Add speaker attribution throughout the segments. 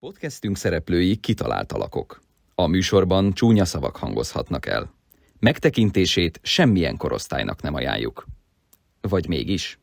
Speaker 1: Podcastünk szereplői kitalált alakok. A műsorban csúnya szavak hangozhatnak el. Megtekintését semmilyen korosztálynak nem ajánljuk. Vagy mégis?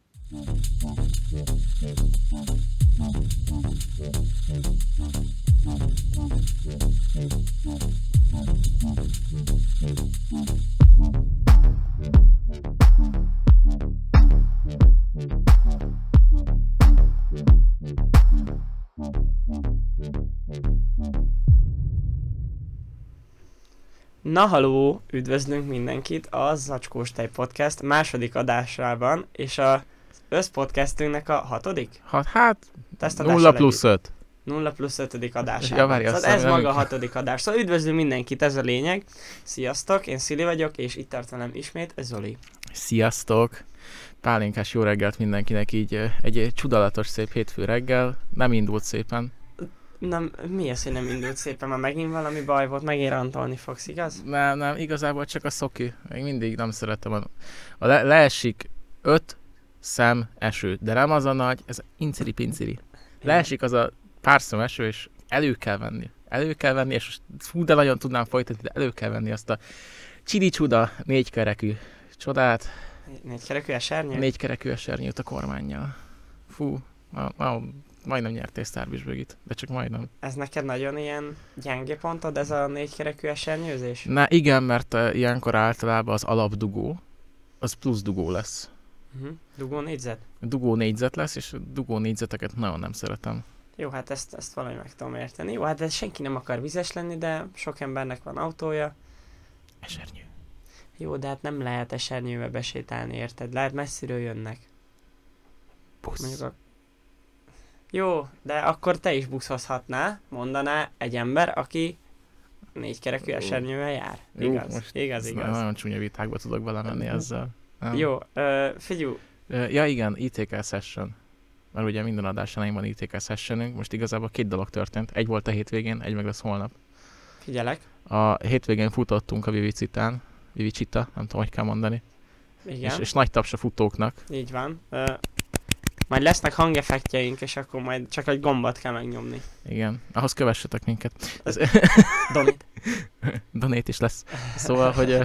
Speaker 2: Na haló, üdvözlünk mindenkit a Zacskós Tej Podcast második adásában, és a összpodcastünknek a hatodik?
Speaker 3: Hát, hát
Speaker 2: Tesztadással
Speaker 3: 0
Speaker 2: együtt.
Speaker 3: plusz 5.
Speaker 2: 0 plusz 5. adásában.
Speaker 3: Ja, várj,
Speaker 2: szóval
Speaker 3: azt
Speaker 2: ez
Speaker 3: hiszem,
Speaker 2: maga a
Speaker 3: nem-
Speaker 2: hatodik adás. Szóval üdvözlünk mindenkit, ez a lényeg. Sziasztok, én Szili vagyok, és itt tart velem ismét Zoli.
Speaker 3: Sziasztok! Pálinkás jó reggelt mindenkinek, így ö, egy, egy csodálatos szép hétfő reggel, nem indult szépen.
Speaker 2: Na, mi ez, hogy nem indult szépen? Már megint valami baj volt, megint rantolni fogsz, igaz?
Speaker 3: Nem, nem, igazából csak a szoki, még mindig nem szeretem. A, a le, leesik 5 szem eső, de nem az a nagy, ez inciri-pinciri. Leesik az a pár szem eső, és elő kell venni. Elő kell venni, és most fú, de nagyon tudnám folytatni, de elő kell venni azt a csidi csuda négykerekű csodát,
Speaker 2: Négy kerekű esernyő?
Speaker 3: Négy kerekű esernyőt a kormányjal. Fú, ma, ma, majdnem nyertél Sztárbisbögit, de csak majdnem.
Speaker 2: Ez neked nagyon ilyen gyenge pontod, ez a négy kerekű esernyőzés?
Speaker 3: Na igen, mert uh, ilyenkor általában az alapdugó, az plusz dugó lesz.
Speaker 2: Mhm. Dugó négyzet?
Speaker 3: Dugó négyzet lesz, és a dugó négyzeteket nagyon nem szeretem.
Speaker 2: Jó, hát ezt, ezt valahogy meg tudom érteni. Jó, hát ez senki nem akar vizes lenni, de sok embernek van autója.
Speaker 3: Esernyő.
Speaker 2: Jó, de hát nem lehet esernyőbe besétálni, érted? Lehet messziről jönnek.
Speaker 3: Busz.
Speaker 2: Mondjuk a... Jó, de akkor te is buszhozhatnál, mondaná egy ember, aki négy kerekű
Speaker 3: Ó.
Speaker 2: esernyővel jár.
Speaker 3: Jó,
Speaker 2: Igaz,
Speaker 3: most
Speaker 2: igaz,
Speaker 3: Ez
Speaker 2: igaz.
Speaker 3: nagyon csúnya vitákba tudok belemenni ezzel. Nem?
Speaker 2: Jó, ö, figyú,
Speaker 3: Ö, Ja igen, ITK session. Mert ugye minden adásán van ITK sessionünk. Most igazából két dolog történt. Egy volt a hétvégén, egy meg lesz holnap.
Speaker 2: figyelek.
Speaker 3: A hétvégén futottunk a Vivicitán, Vivicita, nem tudom, hogy kell mondani. És,
Speaker 2: Igen,
Speaker 3: és nagy taps a futóknak.
Speaker 2: így van. Ö, majd lesznek hangeffektjeink, és akkor majd csak egy gombat kell megnyomni.
Speaker 3: Igen, ahhoz kövessetek minket. Ez,
Speaker 2: Domi,
Speaker 3: donét is lesz. Szóval, hogy ö,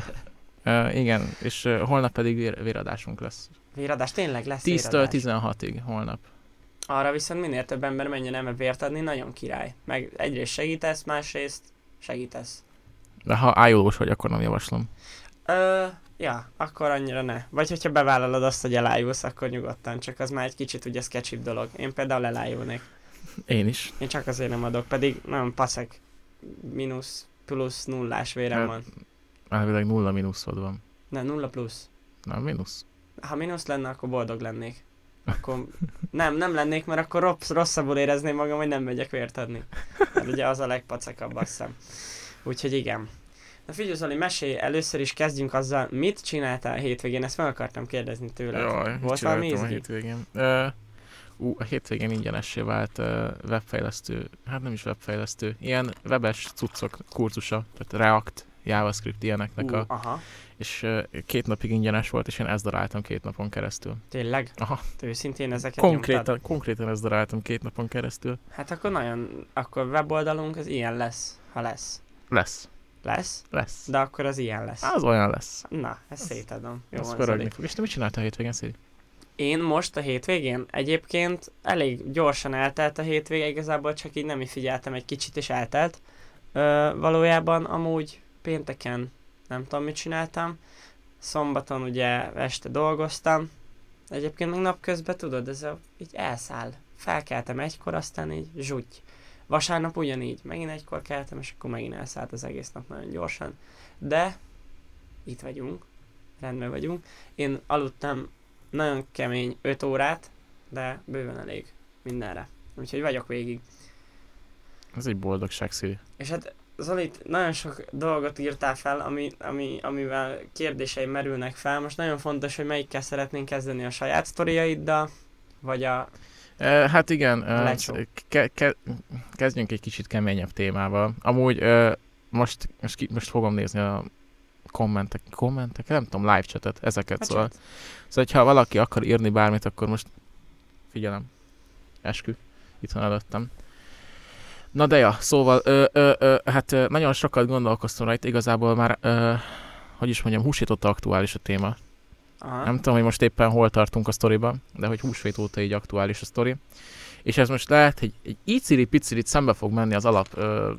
Speaker 3: ö, igen, és ö, holnap pedig vér, véradásunk lesz.
Speaker 2: véradás, tényleg lesz véradás.
Speaker 3: 10-től 16-ig holnap.
Speaker 2: Arra viszont minél több ember menjen el, mert vért adni nagyon király. Meg egyrészt segítesz, másrészt segítesz.
Speaker 3: De ha ájulós vagy, akkor nem javaslom.
Speaker 2: Ö, ja, akkor annyira ne. Vagy hogyha bevállalod azt, hogy elájulsz, akkor nyugodtan, csak az már egy kicsit ugye sketchibb dolog. Én például elájulnék.
Speaker 3: Én is.
Speaker 2: Én csak azért nem adok, pedig nem paszek. Minusz, plusz, nullás vérem
Speaker 3: Hát-
Speaker 2: van.
Speaker 3: Elvileg nulla mínuszod van.
Speaker 2: Ne, nulla plusz.
Speaker 3: Nem mínusz?
Speaker 2: Ha mínusz lenne, akkor boldog lennék. Akkor nem, nem lennék, mert akkor rossz, rosszabbul érezném magam, hogy nem megyek vért adni. Hát ugye az a legpacekabb, azt hiszem. Úgyhogy igen. Na figyelj, Zoli, mesélj, először is kezdjünk azzal, mit csináltál hétvégén, ezt meg akartam kérdezni tőled.
Speaker 3: Jaj, mit
Speaker 2: Volt valami
Speaker 3: csináltam
Speaker 2: izgi?
Speaker 3: a hétvégén? Ö, ú, a hétvégén ingyenessé vált ö, webfejlesztő, hát nem is webfejlesztő, ilyen webes cuccok kurzusa, tehát React, JavaScript ilyeneknek
Speaker 2: Ú,
Speaker 3: a,
Speaker 2: aha,
Speaker 3: és ö, két napig ingyenes volt, és én ezt daráltam két napon keresztül.
Speaker 2: tényleg?
Speaker 3: Aha,
Speaker 2: Te őszintén ezeket nyomtad?
Speaker 3: konkrétan, konkrétan ezt daráltam két napon keresztül.
Speaker 2: Hát akkor nagyon, akkor weboldalunk az ilyen lesz, ha lesz.
Speaker 3: Lesz,
Speaker 2: Lesz,
Speaker 3: lesz.
Speaker 2: de akkor az ilyen lesz.
Speaker 3: Az olyan lesz.
Speaker 2: Na, ezt szétadom. Jó
Speaker 3: Azt
Speaker 2: van, Zoli.
Speaker 3: pörögni fog. És te mit csináltál a hétvégén, Szili?
Speaker 2: Én most a hétvégén egyébként elég gyorsan eltelt a hétvége, igazából csak így nem így figyeltem egy kicsit, és eltelt. Ö, valójában amúgy pénteken nem tudom, mit csináltam. Szombaton ugye este dolgoztam. Egyébként meg napközben tudod, ez a, így elszáll. Felkeltem egykor, aztán így zsuty. Vasárnap ugyanígy, megint egykor keltem, és akkor megint elszállt az egész nap nagyon gyorsan. De itt vagyunk, rendben vagyunk. Én aludtam nagyon kemény 5 órát, de bőven elég mindenre. Úgyhogy vagyok végig.
Speaker 3: Ez egy boldogság, Szili.
Speaker 2: És hát Zoli, t- nagyon sok dolgot írtál fel, ami, ami, amivel kérdéseim merülnek fel. Most nagyon fontos, hogy melyikkel szeretnénk kezdeni a saját sztoriaiddal, vagy a...
Speaker 3: E, hát igen, e,
Speaker 2: Lecsó.
Speaker 3: ke- ke- kezdjünk egy kicsit keményebb témával. Amúgy e, most, most, ki, most fogom nézni a kommentek, kommentek, nem tudom, live chatet, ezeket szóval.
Speaker 2: Hát,
Speaker 3: Szóval, ha valaki akar írni bármit, akkor most figyelem. Eskü. Itt van előttem. Na de ja, szóval, ö, ö, ö, hát ö, nagyon sokat gondolkoztam rajta, igazából már, ö, hogy is mondjam, húsét óta aktuális a téma.
Speaker 2: Aha.
Speaker 3: Nem tudom, hogy most éppen hol tartunk a sztoriban, de hogy húsvét óta így aktuális a sztori. És ez most lehet, hogy egy icili-picilit szembe fog menni az alap ö,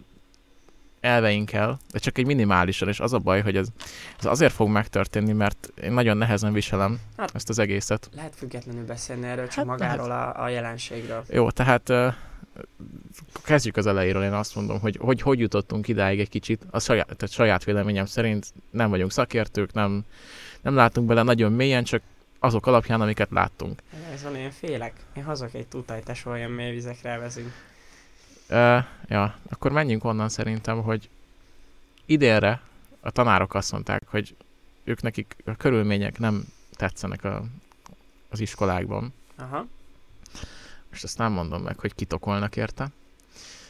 Speaker 3: elveinkkel, de csak egy minimálisan, és az a baj, hogy ez, ez azért fog megtörténni, mert én nagyon nehezen viselem
Speaker 2: Hát.
Speaker 3: ezt az egészet.
Speaker 2: Lehet függetlenül beszélni erről, csak
Speaker 3: Hát
Speaker 2: hát, magáról a, a jelenségről.
Speaker 3: Jó, tehát ö, kezdjük az elejéről, én azt mondom, hogy hogy, hogy jutottunk idáig egy kicsit. A saját, tehát saját véleményem szerint nem vagyunk szakértők, nem, nem látunk bele nagyon mélyen, csak azok alapján, amiket láttunk.
Speaker 2: Ez van, Eh, én félek. Én hazok egy tutajtás, olyan mély vizekre elvezünk.
Speaker 3: Uh, ja, akkor menjünk onnan szerintem, hogy idénre a tanárok azt mondták, hogy ők nekik a körülmények nem tetszenek a, az iskolákban.
Speaker 2: Aha.
Speaker 3: Most azt nem mondom meg, hogy kitokolnak érte.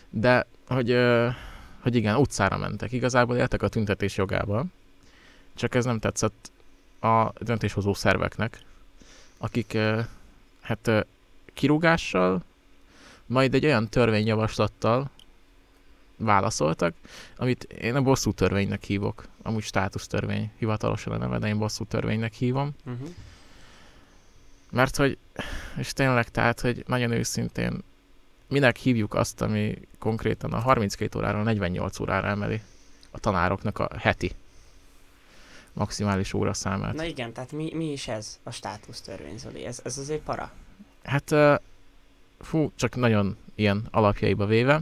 Speaker 3: De, hogy, uh, hogy igen, utcára mentek. Igazából éltek a tüntetés jogába. Csak ez nem tetszett a döntéshozó szerveknek, akik uh, hát uh, kirúgással, majd egy olyan törvényjavaslattal válaszoltak, amit én a bosszú törvénynek hívok. Amúgy státusztörvény hivatalosan a neve, de én bosszú törvénynek hívom.
Speaker 2: Uh-huh.
Speaker 3: Mert hogy, és tényleg, tehát, hogy nagyon őszintén, minek hívjuk azt, ami konkrétan a 32 óráról 48 órára emeli a tanároknak a heti maximális óraszámát.
Speaker 2: Na igen, tehát mi, mi is ez a státusz törvény, Zoli? Ez, ez azért para.
Speaker 3: Hát, ö, fú, csak nagyon ilyen alapjaiba véve,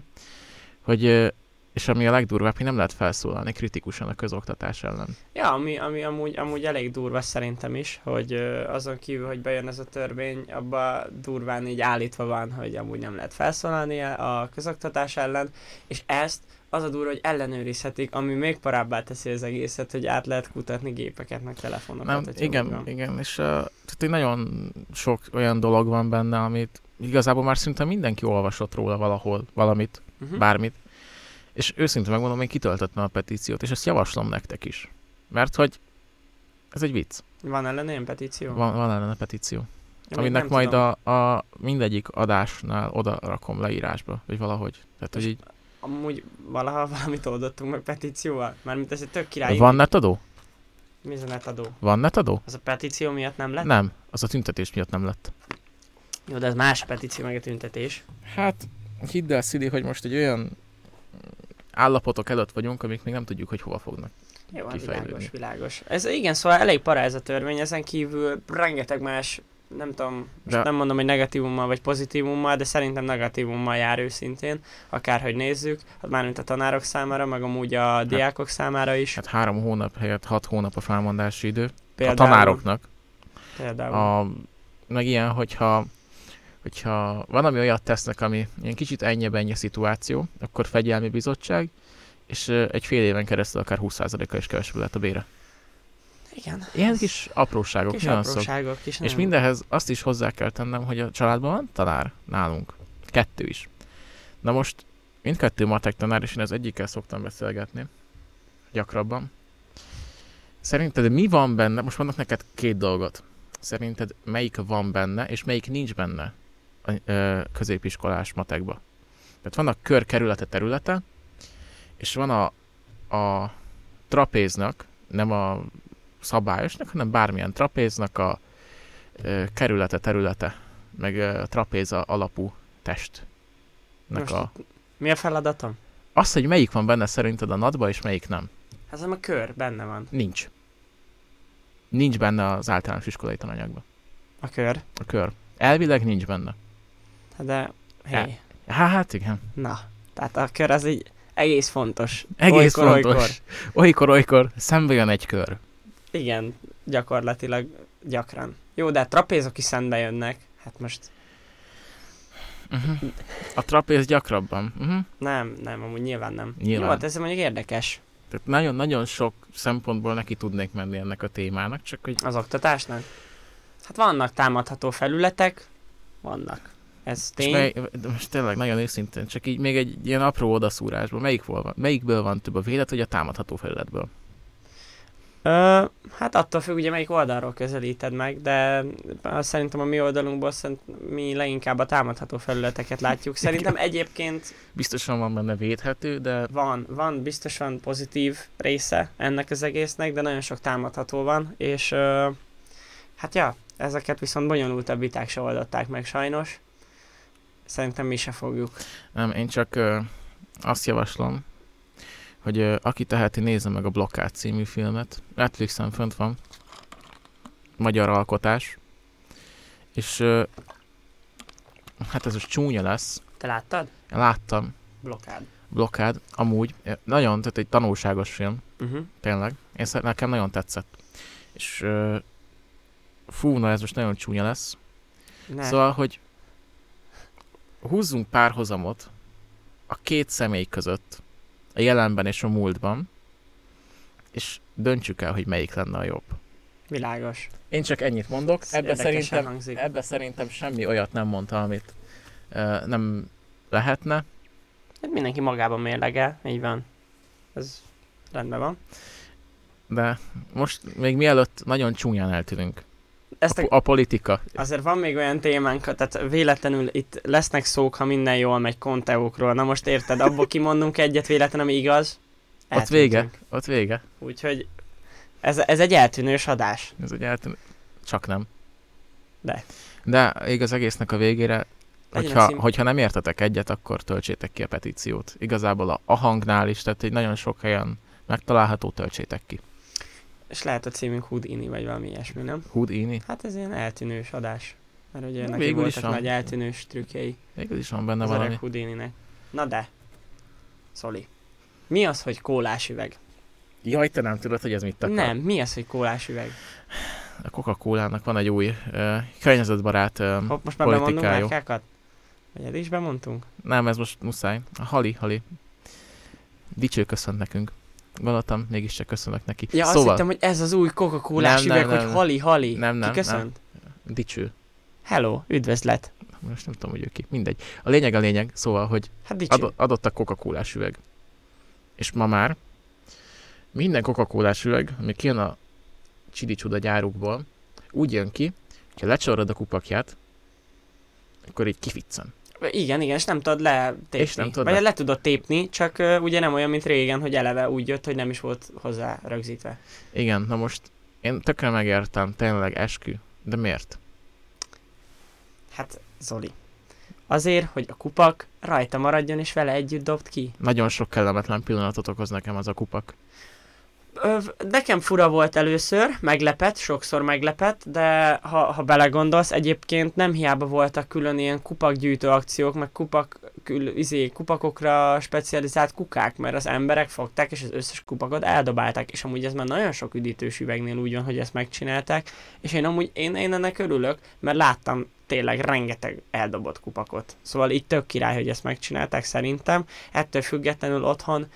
Speaker 3: hogy, ö, és ami a legdurvább, hogy nem lehet felszólalni kritikusan a közoktatás ellen.
Speaker 2: Ja, ami, ami amúgy, amúgy elég durva szerintem is, hogy ö, azon kívül, hogy bejön ez a törvény, abba durván így állítva van, hogy amúgy nem lehet felszólalni e a közoktatás ellen, és ezt az a durva, hogy ellenőrizhetik, ami még parábbá teszi az egészet, hogy át lehet kutatni gépeket, meg telefonokat.
Speaker 3: Nem,
Speaker 2: hogyha
Speaker 3: igen,
Speaker 2: úgy van.
Speaker 3: igen, és uh, tehát így nagyon sok olyan dolog van benne, amit igazából már szinte mindenki olvasott róla valahol, valamit,
Speaker 2: Mhm.
Speaker 3: bármit. És őszintén megmondom, én kitöltöttem a petíciót, és ezt javaslom nektek is. Mert hogy ez egy vicc.
Speaker 2: Van ellen ilyen petíció?
Speaker 3: Van, van ellene petíció.
Speaker 2: Én még
Speaker 3: aminek
Speaker 2: nem
Speaker 3: majd
Speaker 2: tudom.
Speaker 3: a, a, mindegyik adásnál oda rakom leírásba, vagy valahogy. Tehát, hogy
Speaker 2: És
Speaker 3: így,
Speaker 2: Amúgy valaha valamit oldottunk meg petícióval? Mármint ez egy tök király.
Speaker 3: van netadó?
Speaker 2: Mi ez a netadó?
Speaker 3: Van netadó?
Speaker 2: Az a petíció miatt nem lett?
Speaker 3: Nem, az a tüntetés miatt nem lett.
Speaker 2: Jó, de ez más petíció meg a tüntetés.
Speaker 3: Hát, hidd el, Szili, hogy most egy olyan állapotok előtt vagyunk, amik még nem tudjuk, hogy hova fognak.
Speaker 2: Jó, hát
Speaker 3: Kifejlődni.
Speaker 2: világos, világos. Ez igen, szóval elég para ez a törvény, ezen kívül rengeteg más, nem tudom, most
Speaker 3: De-
Speaker 2: nem mondom, hogy negatívummal vagy pozitívummal, de szerintem negatívummal jár őszintén, akárhogy nézzük, hát mármint a tanárok számára, meg amúgy a diákok számára is.
Speaker 3: Hát három hónap helyett hat hónap a felmondási idő.
Speaker 2: például,
Speaker 3: A tanároknak.
Speaker 2: Például. A...
Speaker 3: A, meg ilyen, hogyha, hogyha van, ami olyat tesznek, ami ilyen kicsit enyhebb ennyi szituáció, akkor fegyelmi bizottság, és ö, egy fél éven keresztül akár 20%-kal is kevesebb lehet a bére.
Speaker 2: Igen.
Speaker 3: Ilyen
Speaker 2: Ez
Speaker 3: kis apróságok,
Speaker 2: kis
Speaker 3: nüanszok.
Speaker 2: apróságok, kis
Speaker 3: És
Speaker 2: nem-
Speaker 3: mindenhez azt is hozzá kell tennem, hogy a családban van tanár nálunk. Kettő is. Na most mindkettő matek tanár, és én az egyikkel szoktam beszélgetni. Gyakrabban. Szerinted mi van benne? Most mondok neked két dolgot. Szerinted melyik van benne, és melyik nincs benne a ö, középiskolás matekba? Tehát van a kör kerülete területe, és van a, a trapéznak, nem a szabályosnak, hanem bármilyen trapéznak a ö, kerülete, területe, meg ö, trapéza alapú test.
Speaker 2: Most
Speaker 3: A...
Speaker 2: Mi a feladatom?
Speaker 3: Az, hogy melyik van benne szerinted a natba, és melyik nem.
Speaker 2: Hát ez a kör benne van.
Speaker 3: Nincs. Nincs benne az általános iskolai tananyagban.
Speaker 2: A kör.
Speaker 3: A kör. Elvileg nincs benne.
Speaker 2: Hát De, hey.
Speaker 3: Hát igen.
Speaker 2: Na, tehát a kör az így egész fontos.
Speaker 3: Egész
Speaker 2: Olykor,
Speaker 3: olykor,
Speaker 2: olykor.
Speaker 3: fontos. Olykor, olykor, szembe jön egy kör.
Speaker 2: Igen, gyakorlatilag gyakran. Jó, de a trapézok is szembe jönnek. Hát most
Speaker 3: Uh-huh. A trapéz gyakrabban. Uh-huh.
Speaker 2: nem, nem, amúgy nyilván nem.
Speaker 3: Nyilván.
Speaker 2: Jó, hát ez mondjuk érdekes
Speaker 3: Tehát nagyon-nagyon sok szempontból neki tudnék menni ennek a témának, csak hogy
Speaker 2: az oktatásnak. Hát vannak támadható felületek, vannak. Ez
Speaker 3: És
Speaker 2: tény.
Speaker 3: mely, de most tényleg nagyon őszintén, csak így még egy ilyen apró odaszúrásból, melyik van, melyikből van több a vélet, vagy a támadható felületből?
Speaker 2: Ö, Ö, hát attól függ, ugye melyik oldalról közelíted meg, de azt szerintem a mi oldalunkból szerint mi leginkább a támadható felületeket látjuk. Szerintem egyébként
Speaker 3: Biztosan van benne védhető, de
Speaker 2: van, van biztosan pozitív része ennek az egésznek, de nagyon sok támadható van, és ö, hát ja, ezeket viszont bonyolultabb viták se oldották meg sajnos. Szerintem mi se fogjuk.
Speaker 3: nem, én csak ö, azt javaslom, hogy ö, aki teheti, nézze meg a Blokkát című filmet. Netflixen fönt van. Magyar alkotás. És ö, hát ez most csúnya lesz.
Speaker 2: Te láttad?
Speaker 3: Láttam
Speaker 2: Blokád.
Speaker 3: Blokkád, amúgy ö, nagyon, tehát egy tanulságos film.
Speaker 2: Uh-huh.
Speaker 3: Tényleg. Én szer- nekem nagyon tetszett. És ö, fú, na ez most nagyon csúnya lesz.
Speaker 2: Ne. Szóval...
Speaker 3: Szóval, hogy húzzunk párhozamot a két személy között, a jelenben és a múltban, és döntsük el, hogy melyik lenne a jobb.
Speaker 2: Világos.
Speaker 3: Én csak ennyit mondok,
Speaker 2: Ez
Speaker 3: ebbe
Speaker 2: érdekesen
Speaker 3: szerintem,
Speaker 2: hangzik.
Speaker 3: ebbe szerintem semmi olyat nem mondta, amit ö, nem lehetne.
Speaker 2: Hát mindenki magában mérlegel, így van. Ez rendben van.
Speaker 3: De most még mielőtt nagyon csúnyán eltűnünk.
Speaker 2: Ezt
Speaker 3: A,
Speaker 2: a,
Speaker 3: po- a politika.
Speaker 2: azért van még olyan témánk, tehát véletlenül itt lesznek szók, ha minden jól megy konteókról. Na most érted, abból kimondunk egyet véletlen, ami igaz.
Speaker 3: Ott
Speaker 2: eltűntünk.
Speaker 3: vége, ott vége.
Speaker 2: Úgyhogy ez, ez egy eltűnős adás.
Speaker 3: Ez ugye hát csak nem.
Speaker 2: De.
Speaker 3: De még az egésznek a végére,
Speaker 2: Legyen
Speaker 3: hogyha,
Speaker 2: szín-
Speaker 3: hogyha nem értetek egyet, akkor töltsétek ki a petíciót. Igazából a, a hangnál is, tehát egy nagyon sok helyen megtalálható, töltsétek ki.
Speaker 2: És lehet a címünk Houdini, vagy valami ilyesmi, nem?
Speaker 3: Houdini.
Speaker 2: Hát ez ilyen eltűnős adás. Mert ugye
Speaker 3: Na,
Speaker 2: neki
Speaker 3: végül is
Speaker 2: voltak
Speaker 3: van.
Speaker 2: nagy eltűnős trükkjei
Speaker 3: Végül is van benne
Speaker 2: az
Speaker 3: valami.
Speaker 2: öreg Houdininek. Na de, Szoli, mi az, hogy kólás üveg?
Speaker 3: Jaj, te nem tudod, hogy ez mit akar.
Speaker 2: Nem, mi az, hogy kólás üveg?
Speaker 3: A Coca-Cola-nak van egy új uh, környezetbarát... Uh,
Speaker 2: Hopp, most már
Speaker 3: Politikájú.
Speaker 2: bemondunk márkákat? Vagy el is bemondtunk?
Speaker 3: nem, ez most muszáj. A Hali, Hali. Dicső köszönt nekünk. Gondoltam, mégiscsak köszönök neki.
Speaker 2: Ja, szóval... azt hittem, hogy ez az új coca cola
Speaker 3: Nem, nem,
Speaker 2: üveg,
Speaker 3: nem,
Speaker 2: hogy
Speaker 3: nem.
Speaker 2: hali-hali.
Speaker 3: Nem, nem,
Speaker 2: Ki köszönt?
Speaker 3: dicső.
Speaker 2: Hello, üdvözlet.
Speaker 3: Most nem tudom, hogy ő ki. Mindegy. A lényeg a lényeg, szóval, hogy
Speaker 2: Hát dicső.
Speaker 3: Ad, adott a coca cola üveg. És ma már minden coca cola üveg, ami kijön a csidi csuda gyárukból, úgy jön ki, hogyha lecsorod a kupakját, akkor így kificcen.
Speaker 2: Igen, igen, és nem tudod letépni.
Speaker 3: És nem tudod
Speaker 2: Vagy
Speaker 3: le-
Speaker 2: le... tudod tépni, csak uh, ugye nem olyan, mint régen, hogy eleve úgy jött, hogy nem is volt hozzá rögzítve.
Speaker 3: Igen, na most én tökre megértem, tényleg eskü. De miért?
Speaker 2: Hát, Zoli. Azért, hogy a kupak rajta maradjon, és vele együtt dobt ki.
Speaker 3: Nagyon sok kellemetlen pillanatot okoz nekem az a kupak.
Speaker 2: Ö, nekem fura volt először, meglepett, sokszor meglepett, de ha, ha belegondolsz, egyébként nem hiába voltak külön ilyen kupakgyűjtő akciók, meg kupak, kül, izé, kupakokra specializált kukák, mert az emberek fogták, és az összes kupakot eldobálták, és amúgy ez már nagyon sok üdítős üvegnél úgy van, hogy ezt megcsinálták, és én amúgy, én, én ennek örülök, mert láttam tényleg rengeteg eldobott kupakot. Szóval itt tök király, hogy ezt megcsinálták szerintem, ettől függetlenül otthon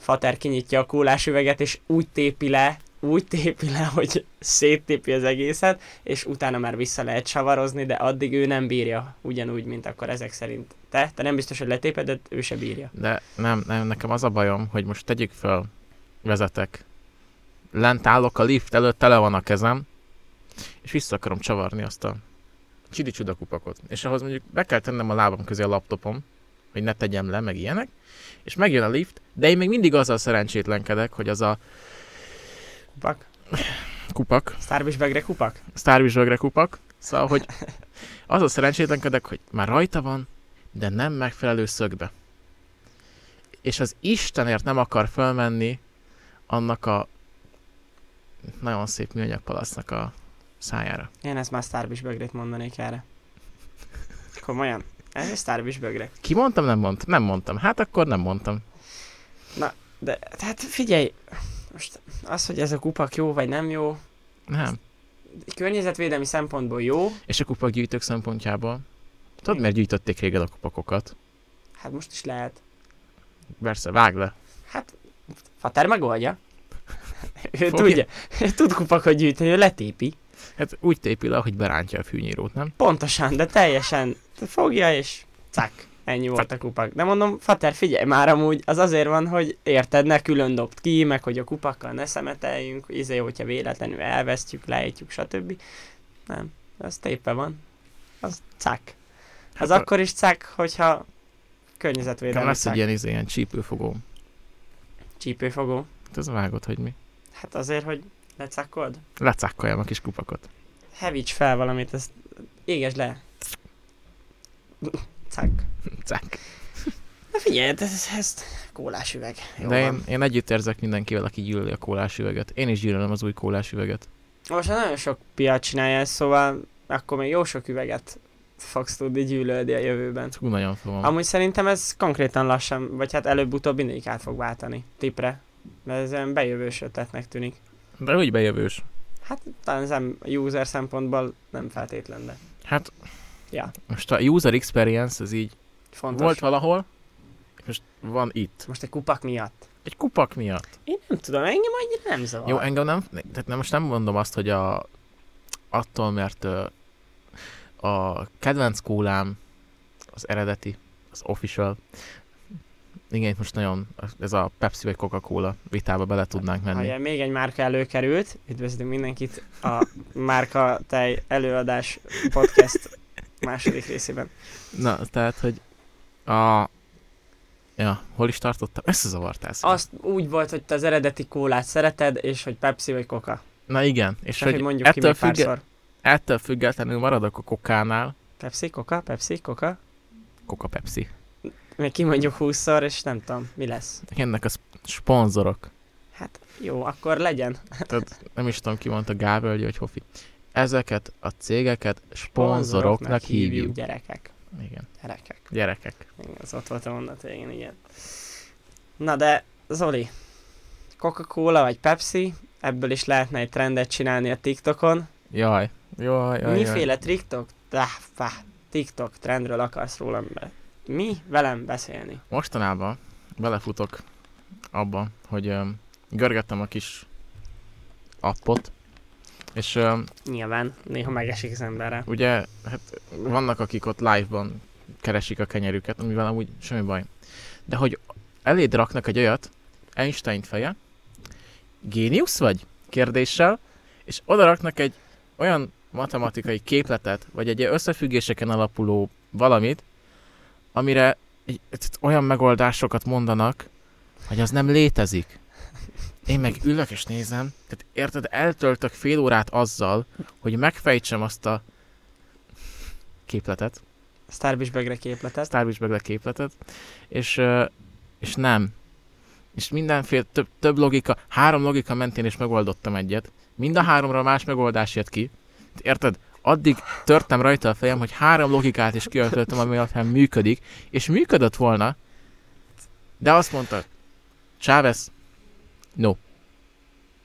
Speaker 2: Fater kinyitja a kólás üveget, és úgy tépi le, úgy tépi le, hogy széttépi az egészet, és utána már vissza lehet savarozni, de addig ő nem bírja, ugyanúgy, mint akkor ezek szerint. Te, te nem biztos, hogy letéped, de ő se bírja.
Speaker 3: De nem, nem, nekem az a bajom, hogy most tegyük fel, vezetek. Lent állok a lift előtt, tele van a kezem, és vissza akarom csavarni azt a csidi csuda kupakot. És ahhoz mondjuk be kell tennem a lábam közé a laptopom, hogy ne tegyem le, meg ilyenek, és megjön a lift, de én még mindig azzal szerencsétlenkedek, hogy az a
Speaker 2: Kupak?
Speaker 3: kupak,
Speaker 2: Starbish bagre kupak?
Speaker 3: sztárvizsgagre kupak, szóval, hogy azzal szerencsétlenkedek, hogy már rajta van, de nem megfelelő szögbe. És az Istenért nem akar fölmenni annak a nagyon szép műanyag palasznak a szájára.
Speaker 2: Én ezt már Starbish bagrét mondanék erre. Komolyan. Ez egy Starbish bagre.
Speaker 3: Kimondtam, nem mondtam? Nem mondtam. Hát akkor nem mondtam.
Speaker 2: De, tehát figyelj, most az, hogy ez a kupak jó vagy nem jó,
Speaker 3: Nem.
Speaker 2: környezetvédelmi szempontból jó,
Speaker 3: És a kupakgyűjtők szempontjából. Tudod, miért gyűjtötték régen a kupakokat?
Speaker 2: hát most is lehet.
Speaker 3: Persze, vág le.
Speaker 2: Hát, Fater megoldja. Ő
Speaker 3: Fogja.
Speaker 2: tudja, ő tud kupakot gyűjteni, ő letépi.
Speaker 3: Hát úgy tépi le, hogy berántja a fűnyírót, nem?
Speaker 2: Pontosan, de teljesen fogja és cak, Ennyi volt a kupak. De mondom, Fater, figyelj már amúgy, az azért van, hogy érted, ne külön dobd ki, meg hogy a kupakkal ne szemeteljünk, izé, hogyha véletlenül elvesztjük, leítjük, stb. Nem, az tépe van. Az cák. Az
Speaker 3: Hát a-
Speaker 2: akkor is cák, hogyha
Speaker 3: Nekem
Speaker 2: környezetvédelmi
Speaker 3: lesz egy
Speaker 2: cák.
Speaker 3: ilyen, izé, ilyen csípőfogóm.
Speaker 2: Csípőfogó.
Speaker 3: Hát ez vágod, hogy mi.
Speaker 2: Hát azért, hogy lecákod.
Speaker 3: Lecákkoljam a kis kupakot.
Speaker 2: Hevíts fel valamit, ezt égesd le. Cák.
Speaker 3: Cák.
Speaker 2: Na figyelj, ez, ez kólás üveg. Jó
Speaker 3: De
Speaker 2: van.
Speaker 3: én, én együtt érzek mindenkivel, aki gyűlöli a kólás üveget. Én is gyűlölöm az új kólás üveget.
Speaker 2: Most már nagyon sok piac csinálja ezt, szóval akkor még jó sok üveget fogsz tudni gyűlölni a jövőben.
Speaker 3: Hú, nagyon fogom.
Speaker 2: Amúgy szerintem ez konkrétan lassan, vagy hát előbb-utóbb mindegyik át fog váltani. Tipre. Mert ez olyan bejövős ötletnek tűnik.
Speaker 3: De úgy bejövős.
Speaker 2: Hát talán szem, user szempontból nem feltétlen, de
Speaker 3: Hát...
Speaker 2: Ja.
Speaker 3: Most a user experience az így
Speaker 2: fontos.
Speaker 3: volt valahol, most van itt.
Speaker 2: Most egy kupak miatt.
Speaker 3: Egy kupak miatt.
Speaker 2: Én nem tudom, engem annyira nem zavar.
Speaker 3: Jó, engem nem, tehát nem, most nem mondom azt, hogy a, attól, mert ö, a kedvenc kólám az eredeti, az official, igen, itt most nagyon, ez a Pepsi vagy Coca-Cola vitába bele tudnánk
Speaker 2: Ha
Speaker 3: menni.
Speaker 2: ilyen még egy márka előkerült, üdvözlünk mindenkit a Márka Tej előadás podcast második részében.
Speaker 3: Na, tehát, hogy a... Ja, hol is tartottam? Összezavartál szépen.
Speaker 2: Azt úgy volt, hogy te az eredeti kólát szereted, és hogy Pepsi vagy Coca.
Speaker 3: Na igen, és
Speaker 2: Csak
Speaker 3: hogy,
Speaker 2: hogy mondjuk ki
Speaker 3: ettől,
Speaker 2: még
Speaker 3: függe,
Speaker 2: párszor.
Speaker 3: ettől függetlenül maradok a kokánál,
Speaker 2: Pepsi, Coca, Pepsi, Coca.
Speaker 3: Coca Pepsi.
Speaker 2: Még kimondjuk 20-szor, és nem tudom, mi lesz.
Speaker 3: Ennek a szp- sponzorok.
Speaker 2: Hát jó, akkor legyen.
Speaker 3: Nem is tudom, ki mondta Gábor, vagy Hofi. Ezeket a cégeket sponzoroknak hívjuk.
Speaker 2: Gyerekek.
Speaker 3: Igen,
Speaker 2: Gyerekek.
Speaker 3: gyerekek.
Speaker 2: Igen, az ott volt a mondat, igen, igen. Na de, Zoli, Coca-Cola vagy Pepsi, ebből is lehetne egy trendet csinálni a TikTokon.
Speaker 3: Jaj, jaj, jaj. jaj.
Speaker 2: Miféle TikTok? Dáh, fá, TikTok trendről akarsz rólam be. Mi velem beszélni?
Speaker 3: Mostanában belefutok abba, hogy öm, görgettem a kis appot, és öm,
Speaker 2: Nyilván, néha megesik az emberre.
Speaker 3: Ugye, hát vannak, akik ott live-ban keresik a kenyerüket, amivel amúgy semmi baj. De hogy eléd raknak egy olyat, Einstein feje, géniusz vagy? Kérdéssel, és oda raknak egy olyan matematikai képletet, vagy egy ilyen összefüggéseken alapuló valamit, amire egy, egy- olyan megoldásokat mondanak, hogy az nem létezik. Én meg ülök és nézem, tehát érted, eltöltök fél órát azzal, hogy megfejtsem azt a képletet,
Speaker 2: Starbish Begre képletet.
Speaker 3: Starbucks Begle képletet, és, ö, és nem. És mindenféle több, több logika, három logika mentén is megoldottam egyet. Mind a háromra más megoldás jött ki. Érted? Addig törtem rajta a fejem, hogy három logikát is kiöltöttem, ami alapján működik, és működött volna, de azt mondta, Chávez, no.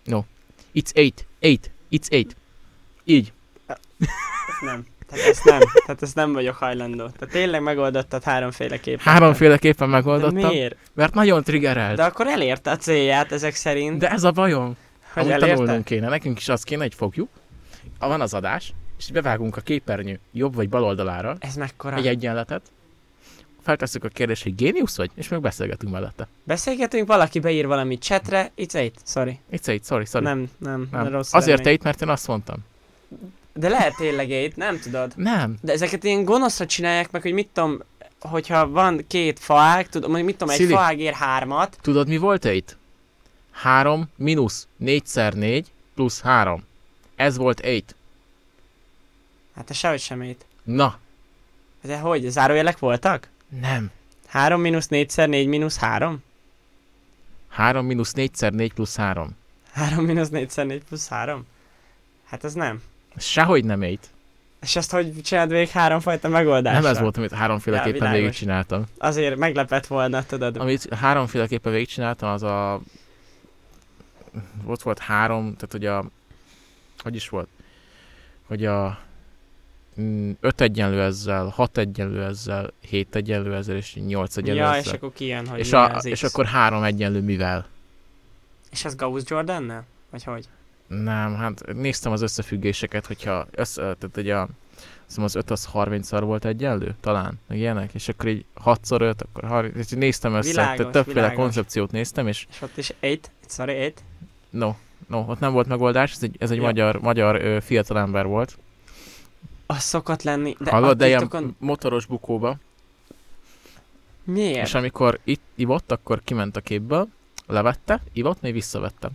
Speaker 3: No. It's eight. Eight. It's eight. Így.
Speaker 2: Ezt Nem. Tehát ezt nem. Tehát ezt nem vagyok hajlandó. Tehát tényleg megoldottad háromféle képletet.
Speaker 3: Háromféleképpen
Speaker 2: De
Speaker 3: megoldottam,
Speaker 2: miért?
Speaker 3: mert nagyon triggerelt.
Speaker 2: De akkor elérte a célját ezek szerint.
Speaker 3: De ez a bajom.
Speaker 2: hogy
Speaker 3: Amúgy
Speaker 2: elérte?
Speaker 3: tanulnunk kéne, nekünk is azt kéne, hogy fogjuk. Ha van az adás, és bevágunk a képernyő jobb vagy bal oldalára
Speaker 2: Ez mekkora?
Speaker 3: egy egyenletet, feltesszük a kérdést, hogy géniusz vagy, és meg beszélgetünk mellette.
Speaker 2: Beszélgetünk, valaki beír valami csetre, it's eight, sorry.
Speaker 3: Itt egy, sorry, sorry.
Speaker 2: Nem, nem, nem.
Speaker 3: nem.
Speaker 2: rossz
Speaker 3: Azért te
Speaker 2: eredmény.
Speaker 3: itt, mert én azt mondtam.
Speaker 2: De lehet tényleg eight, nem tudod.
Speaker 3: Nem.
Speaker 2: De ezeket ilyen gonoszra csinálják meg, hogy mit tudom, hogyha van két faág, tudom, mondjuk mit tudom, egy
Speaker 3: Szili.
Speaker 2: faág ér hármat,
Speaker 3: Tudod, mi volt itt? 3 mínusz 4 x 4 plusz 3. Ez volt 8.
Speaker 2: hát te sehogy sem eight.
Speaker 3: Na,
Speaker 2: De hogy, zárójelek voltak?
Speaker 3: nem.
Speaker 2: 3 mínusz 4 szer 4 mínusz 3?
Speaker 3: 3 mínusz 4 x 4 plusz 3.
Speaker 2: 3 mínusz 4 szer 4 plusz 3? Hát ez nem.
Speaker 3: Sehogy nem 8.
Speaker 2: És ezt hogy csináld végig háromfajta megoldással?
Speaker 3: Nem ez volt, amit
Speaker 2: Ja,
Speaker 3: háromféleképpen
Speaker 2: világos.
Speaker 3: végigcsináltam.
Speaker 2: Azért meglepett volna, tudod.
Speaker 3: Amit háromféleképpen végigcsináltam, az a... Ott volt három, tehát hogy a... Hogy is volt? Hogy a... mm, öt egyenlő ezzel, hat egyenlő ezzel, hét egyenlő ezzel, és nyolc egyenlő
Speaker 2: Ja, és
Speaker 3: ezzel.
Speaker 2: akkor kijön, hogy
Speaker 3: és,
Speaker 2: mi
Speaker 3: a,
Speaker 2: az
Speaker 3: és
Speaker 2: X.
Speaker 3: akkor három egyenlő mivel?
Speaker 2: És ez Gauss Jordan-nel? Vagy hogy?
Speaker 3: Nem, hát néztem az összefüggéseket, hogyha össze, tehát ugye a, az hiszem az 5 az 30-szor volt egyenlő, talán, meg ilyenek, és akkor így 6-szor 5, akkor 30, és így néztem össze,
Speaker 2: Világos,
Speaker 3: tehát többféle
Speaker 2: világos.
Speaker 3: koncepciót néztem, és
Speaker 2: És ott is 8, sorry 8.
Speaker 3: no, no, ott nem volt megoldás, ez egy, ez egy
Speaker 2: Ja.
Speaker 3: magyar, magyar ö, fiatalember volt.
Speaker 2: Az szokott lenni, de
Speaker 3: De Hallod,
Speaker 2: a
Speaker 3: de ilyen
Speaker 2: TikTokon...
Speaker 3: motoros bukóba,
Speaker 2: Miért?
Speaker 3: és amikor itt ivott, akkor kiment a képből, levette, ivott, még visszavette.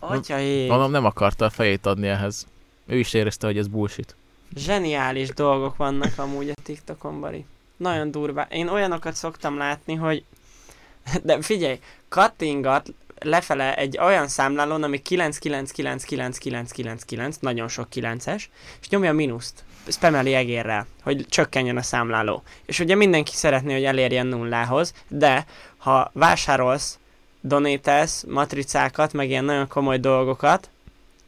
Speaker 2: Atya ég.
Speaker 3: Gondolom nem akarta a fejét adni ehhez. Ő is érezte, hogy ez bullshit.
Speaker 2: Zseniális dolgok vannak amúgy a TikTokon, Bari. Nagyon durvá. Én olyanokat szoktam látni, hogy... De figyelj, kattingat lefele egy olyan számlálón, ami 99999999, nagyon sok 9-es, és nyomja a mínuszt, spameli egérrel, hogy csökkenjen a számláló. És ugye mindenki szeretné, hogy elérjen nullához, de ha vásárolsz, donételsz, matricákat, meg ilyen nagyon komoly dolgokat,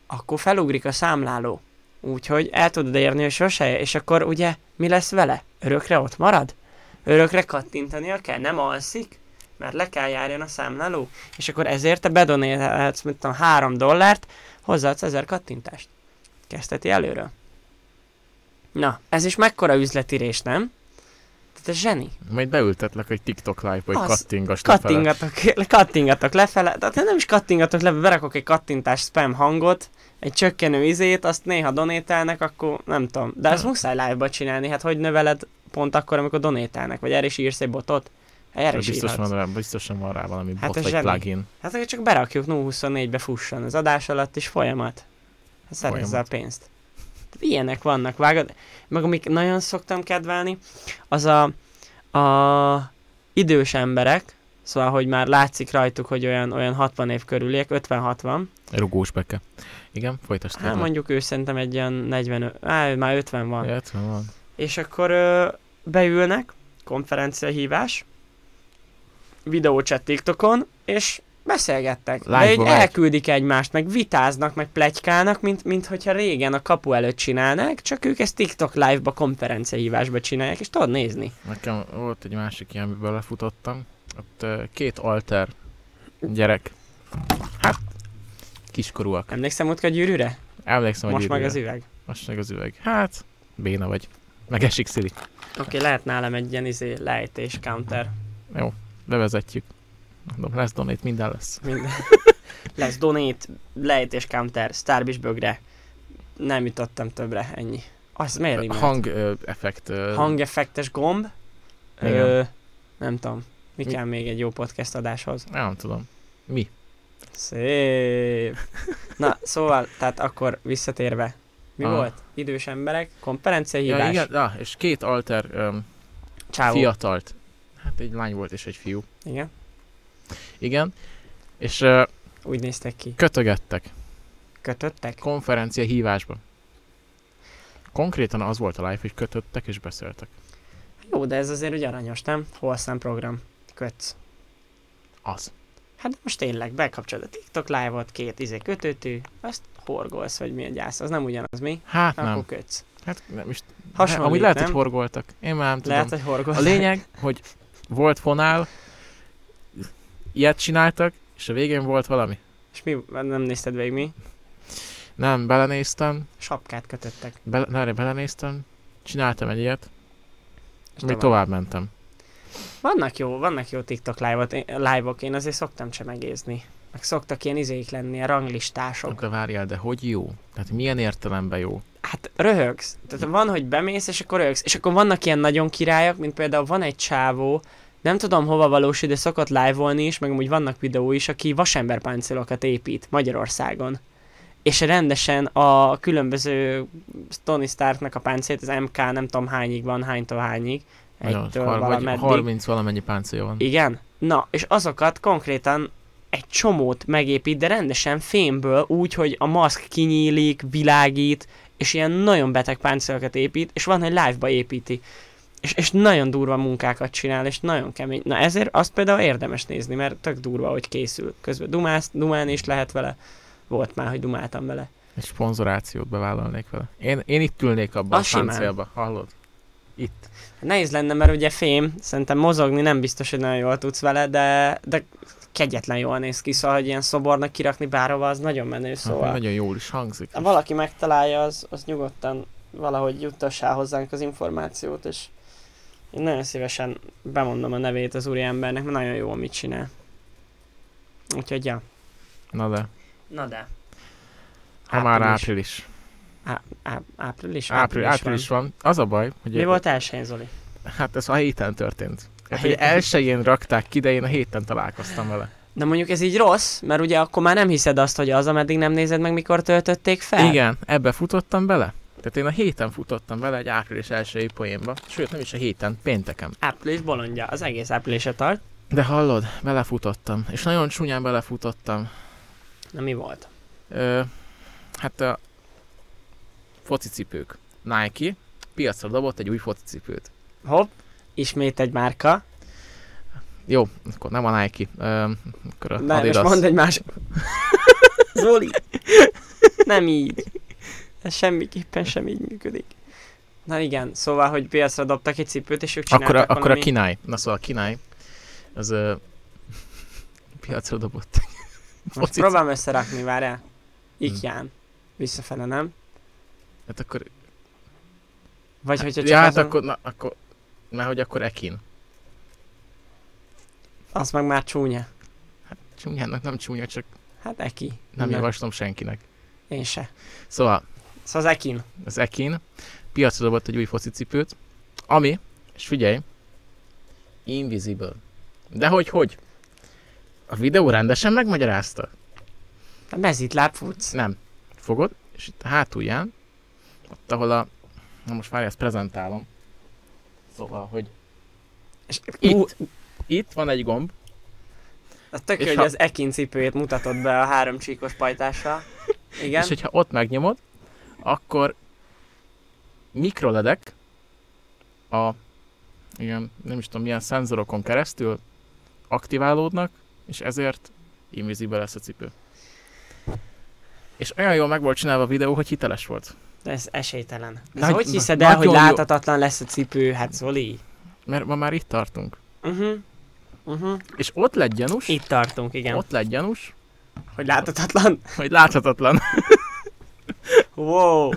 Speaker 2: akkor felugrik a számláló. Úgyhogy el tudod érni, hogy sose, és akkor ugye mi lesz vele? Örökre ott marad? Örökre kattintania kell? Nem alszik? Mert le kell járjon a számláló? És akkor ezért te bedonélhetsz, mint tudom, 3 dollárt, hozzáadsz 1000 kattintást. Kezdheti előről. Na, ez is mekkora üzletírés, nem? Tehát ez zseni.
Speaker 3: Majd beültetlek egy TikTok live-ba, hogy
Speaker 2: Az-
Speaker 3: kattingas lefele.
Speaker 2: Kattingatok, kattingatok lefele, tehát én nem is kattingatok lefele, berakok egy kattintás spam hangot, egy csökkenő izét, azt néha donételnek, akkor nem tudom. De ezt
Speaker 3: Hmm.
Speaker 2: muszáj live-ba csinálni, hát hogy növeled pont akkor, amikor donételnek, vagy erre is írsz egy botot? Hát Erre is
Speaker 3: Biztos
Speaker 2: írhatsz.
Speaker 3: van, rá, biztosan van rá valami
Speaker 2: Hát
Speaker 3: bot
Speaker 2: ez
Speaker 3: vagy
Speaker 2: zseni.
Speaker 3: plugin.
Speaker 2: Hát akkor csak berakjuk 024-be fusson az adás alatt, és folyamat. Hát szerezze a
Speaker 3: Folyamat.
Speaker 2: pénzt. Ilyenek vannak, vágod? Meg amik nagyon szoktam kedvelni, az a, a idős emberek, szóval, hogy már látszik rajtuk, hogy olyan, olyan 60 év körüliek, 50-60,
Speaker 3: Rugós beke. Igen, folytasd.
Speaker 2: hát mondjuk ő szerintem egy ilyen 45, á, ő már 50 van.
Speaker 3: Ja, ott van.
Speaker 2: És akkor ö, beülnek, konferencia hívás, videócset TikTokon, és beszélgettek. De
Speaker 3: Live-ba
Speaker 2: így
Speaker 3: megy.
Speaker 2: elküldik egymást, meg vitáznak, meg plegykálnak, mint, mint hogyha régen a kapu előtt csinálnák, csak ők ezt TikTok live-ba, konferencia hívásba csinálják, és tudod nézni.
Speaker 3: Nekem volt egy másik ilyen, amiből lefutottam. Ott ö, két alter gyerek. Hát, kiskorúak.
Speaker 2: Emlékszem ott a gyűrűre?
Speaker 3: Emlékszem,
Speaker 2: Most
Speaker 3: hogy
Speaker 2: meg az
Speaker 3: üveg.
Speaker 2: üveg.
Speaker 3: Most meg az üveg. Hát, béna vagy. Megesik Szili.
Speaker 2: Oké, lehet nálam egy ilyen izé, lejtés, counter.
Speaker 3: Levezetjük. Mondom, lesz donét, minden lesz.
Speaker 2: Minden. Lesz donét, lejtés, counter, Starbis bögre. Nem jutottam többre, ennyi. Az miért imád?
Speaker 3: Hang ö, effekt. ö,
Speaker 2: hangeffektes gomb.
Speaker 3: Igen.
Speaker 2: Ö, nem tudom. Mi
Speaker 3: Mi-
Speaker 2: kell még egy jó podcast adáshoz?
Speaker 3: Nem tudom. Mi?
Speaker 2: Szép. Na, szóval, tehát akkor visszatérve. Mi
Speaker 3: Aha.
Speaker 2: volt? Idős emberek, konferenciahívás,
Speaker 3: Ja, igen, na, és két alter öm,
Speaker 2: csávó.
Speaker 3: fiatalt. Hát egy lány volt és egy fiú.
Speaker 2: Igen,
Speaker 3: Igen. És ö,
Speaker 2: úgy néztek ki.
Speaker 3: kötögettek.
Speaker 2: Kötöttek?
Speaker 3: Konferencia hívásba. Konkrétan az volt a live, hogy kötöttek és beszéltek.
Speaker 2: Jó, de ez azért úgy aranyos, nem? Holszám program. Kötsz.
Speaker 3: Az.
Speaker 2: Hát de most tényleg, bekapcsolod a TikTok live-ot, két izé kötőtű, azt horgolsz, vagy mi a gyász. Az nem ugyanaz, mi?
Speaker 3: Hát nem.
Speaker 2: Akkor kötsz.
Speaker 3: Hát nem is.
Speaker 2: Hasonlít,
Speaker 3: amúgy lehet,
Speaker 2: nem?
Speaker 3: hogy horgoltak. Én már nem tudom.
Speaker 2: Lehet, hogy horgolsz.
Speaker 3: A lényeg, hogy volt fonál, ilyet csináltak, és a végén volt valami.
Speaker 2: És mi, nem nézted végig mi?
Speaker 3: Nem, belenéztem,
Speaker 2: Sapkát kötöttek.
Speaker 3: bele, nem, belenéztem, csináltam egy ilyet,
Speaker 2: És
Speaker 3: még tovább mentem.
Speaker 2: Vannak jó, vannak jó TikTok live-ot- én- live-ok, én azért szoktam csemegézni. Meg szoktak ilyen izéik lenni, a ranglistások.
Speaker 3: De várjál, de hogy jó? Tehát milyen értelemben jó?
Speaker 2: Hát röhögsz. Tehát van, hogy bemész, és akkor röhögsz. És akkor vannak ilyen nagyon királyok, mint például van egy csávó, nem tudom hova valós, de szokott live-olni is, meg amúgy vannak videó is, aki vasemberpáncélokat épít Magyarországon. És rendesen a különböző Tony Starknak a páncélt, az MK nem tudom hányig van, hánytól hányig.
Speaker 3: Nagyon,
Speaker 2: Egytől
Speaker 3: har- vagy
Speaker 2: valameddig.
Speaker 3: 30 valamennyi páncélja van.
Speaker 2: Igen? Na, és azokat konkrétan egy csomót megépít, de rendesen fémből, úgy, hogy a maszk kinyílik, világít, és ilyen nagyon beteg páncélokat épít, és van, hogy live-ba építi. És, és nagyon durva munkákat csinál, és nagyon kemény. Na ezért azt például érdemes nézni, mert tök durva, hogy készül. Közben dumász, dumálni is lehet vele. Volt már, hogy dumáltam vele.
Speaker 3: Egy szponzorációt bevállalnék vele. Én, én itt ülnék abban
Speaker 2: Az
Speaker 3: a
Speaker 2: simán.
Speaker 3: páncélban, hallod? Itt.
Speaker 2: Nehéz lenne, mert ugye fém, szerintem mozogni nem biztos, hogy nagyon jól tudsz vele, de, de kegyetlen jól néz ki, szóval, hogy ilyen szobornak kirakni bárhova, az nagyon menő,
Speaker 3: Szóval.
Speaker 2: szóval.
Speaker 3: Nagyon jól is hangzik.
Speaker 2: Ha valaki megtalálja, az, az nyugodtan valahogy juttassá hozzánk az információt, és én nagyon szívesen bemondom a nevét az úriembernek, mert nagyon jó, amit csinál. Úgyhogy, ja.
Speaker 3: Na de,
Speaker 2: Na de. Hát,
Speaker 3: ha már április.
Speaker 2: Á, április?
Speaker 3: Április, április van. Az a baj, hogy...
Speaker 2: Van. Mi volt elsőn, Zoli?
Speaker 3: Hát ez a héten történt.
Speaker 2: A
Speaker 3: Hát, hogy
Speaker 2: héten.
Speaker 3: elsőjén rakták ki, de én a héten találkoztam vele.
Speaker 2: De mondjuk ez így rossz, mert ugye akkor már nem hiszed azt, hogy az, ameddig nem nézed meg, mikor töltötték fel.
Speaker 3: Igen, ebbe futottam bele. Tehát én a héten futottam bele egy április elsői poénba. Sőt, nem is a héten, pénteken.
Speaker 2: Április bolondja, az egész áprilisra tart.
Speaker 3: De hallod, belefutottam. És nagyon csúnyán belefutottam.
Speaker 2: Na mi volt?
Speaker 3: Ö, hát a focicipők. Nike piacra dobott egy új focicipőt.
Speaker 2: Hopp, ismét egy márka.
Speaker 3: Jó, akkor nem a Nike, ö, akkor a
Speaker 2: Nem, most
Speaker 3: Adidas.
Speaker 2: mondd egy másik. Zoli! Nem így. Ez semmiképpen sem így működik. Na igen, szóval, hogy piacra dobtak egy cipőt, és ők csináltak
Speaker 3: Akkor a, akkor a
Speaker 2: valami...
Speaker 3: Kinai. Na szóval a Kinai, az ö, piacra dobott.
Speaker 2: Most
Speaker 3: focicipőt.
Speaker 2: próbálom összerakni,
Speaker 3: Hmm.
Speaker 2: várjál. Ikján. Visszafele, nem?
Speaker 3: Hát akkor
Speaker 2: Vagy hogyha csak
Speaker 3: ja, hát
Speaker 2: azon...
Speaker 3: akkor, na, akkor, mert hogy akkor ekin.
Speaker 2: Az meg már csúnya.
Speaker 3: Csúnyának nem csúnya, csak
Speaker 2: Hát Eki.
Speaker 3: nem javaslom senkinek.
Speaker 2: Én se.
Speaker 3: Szóval
Speaker 2: Szóval az Ekin.
Speaker 3: az ekin piacra dobott egy új focicipőt, ami, és figyelj, invisible. De hogy hogy? A videó rendesen megmagyarázta?
Speaker 2: A mezit lábfutsz.
Speaker 3: Nem. Fogod, és itt a hátulján, ott ahol a... Na most várj, ezt prezentálom. Szóval, hogy
Speaker 2: És
Speaker 3: itt, itt van egy gomb,
Speaker 2: Az tök
Speaker 3: És
Speaker 2: jó, hogy
Speaker 3: ha-
Speaker 2: az Ekin cipőjét mutatod be a három csíkos pajtással. Igen.
Speaker 3: És hogyha ott megnyomod, akkor mikroledek a, igen, nem is tudom milyen szenzorokon keresztül aktiválódnak, és ezért invisible lesz a cipő. És olyan jól meg volt csinálva a videó, hogy hiteles volt.
Speaker 2: De ez esélytelen. Ez
Speaker 3: Nagy-
Speaker 2: hogy hiszed
Speaker 3: na-
Speaker 2: el, hogy
Speaker 3: nagyon jó.
Speaker 2: láthatatlan lesz a cipő? Hát Zoli.
Speaker 3: Mert ma már itt tartunk. Mhm.
Speaker 2: Uh-huh. Uh-huh.
Speaker 3: És ott lett gyanús,
Speaker 2: Itt tartunk, igen.
Speaker 3: ott lett gyanús,
Speaker 2: Hogy láthatatlan?
Speaker 3: hogy láthatatlan.
Speaker 2: Wow.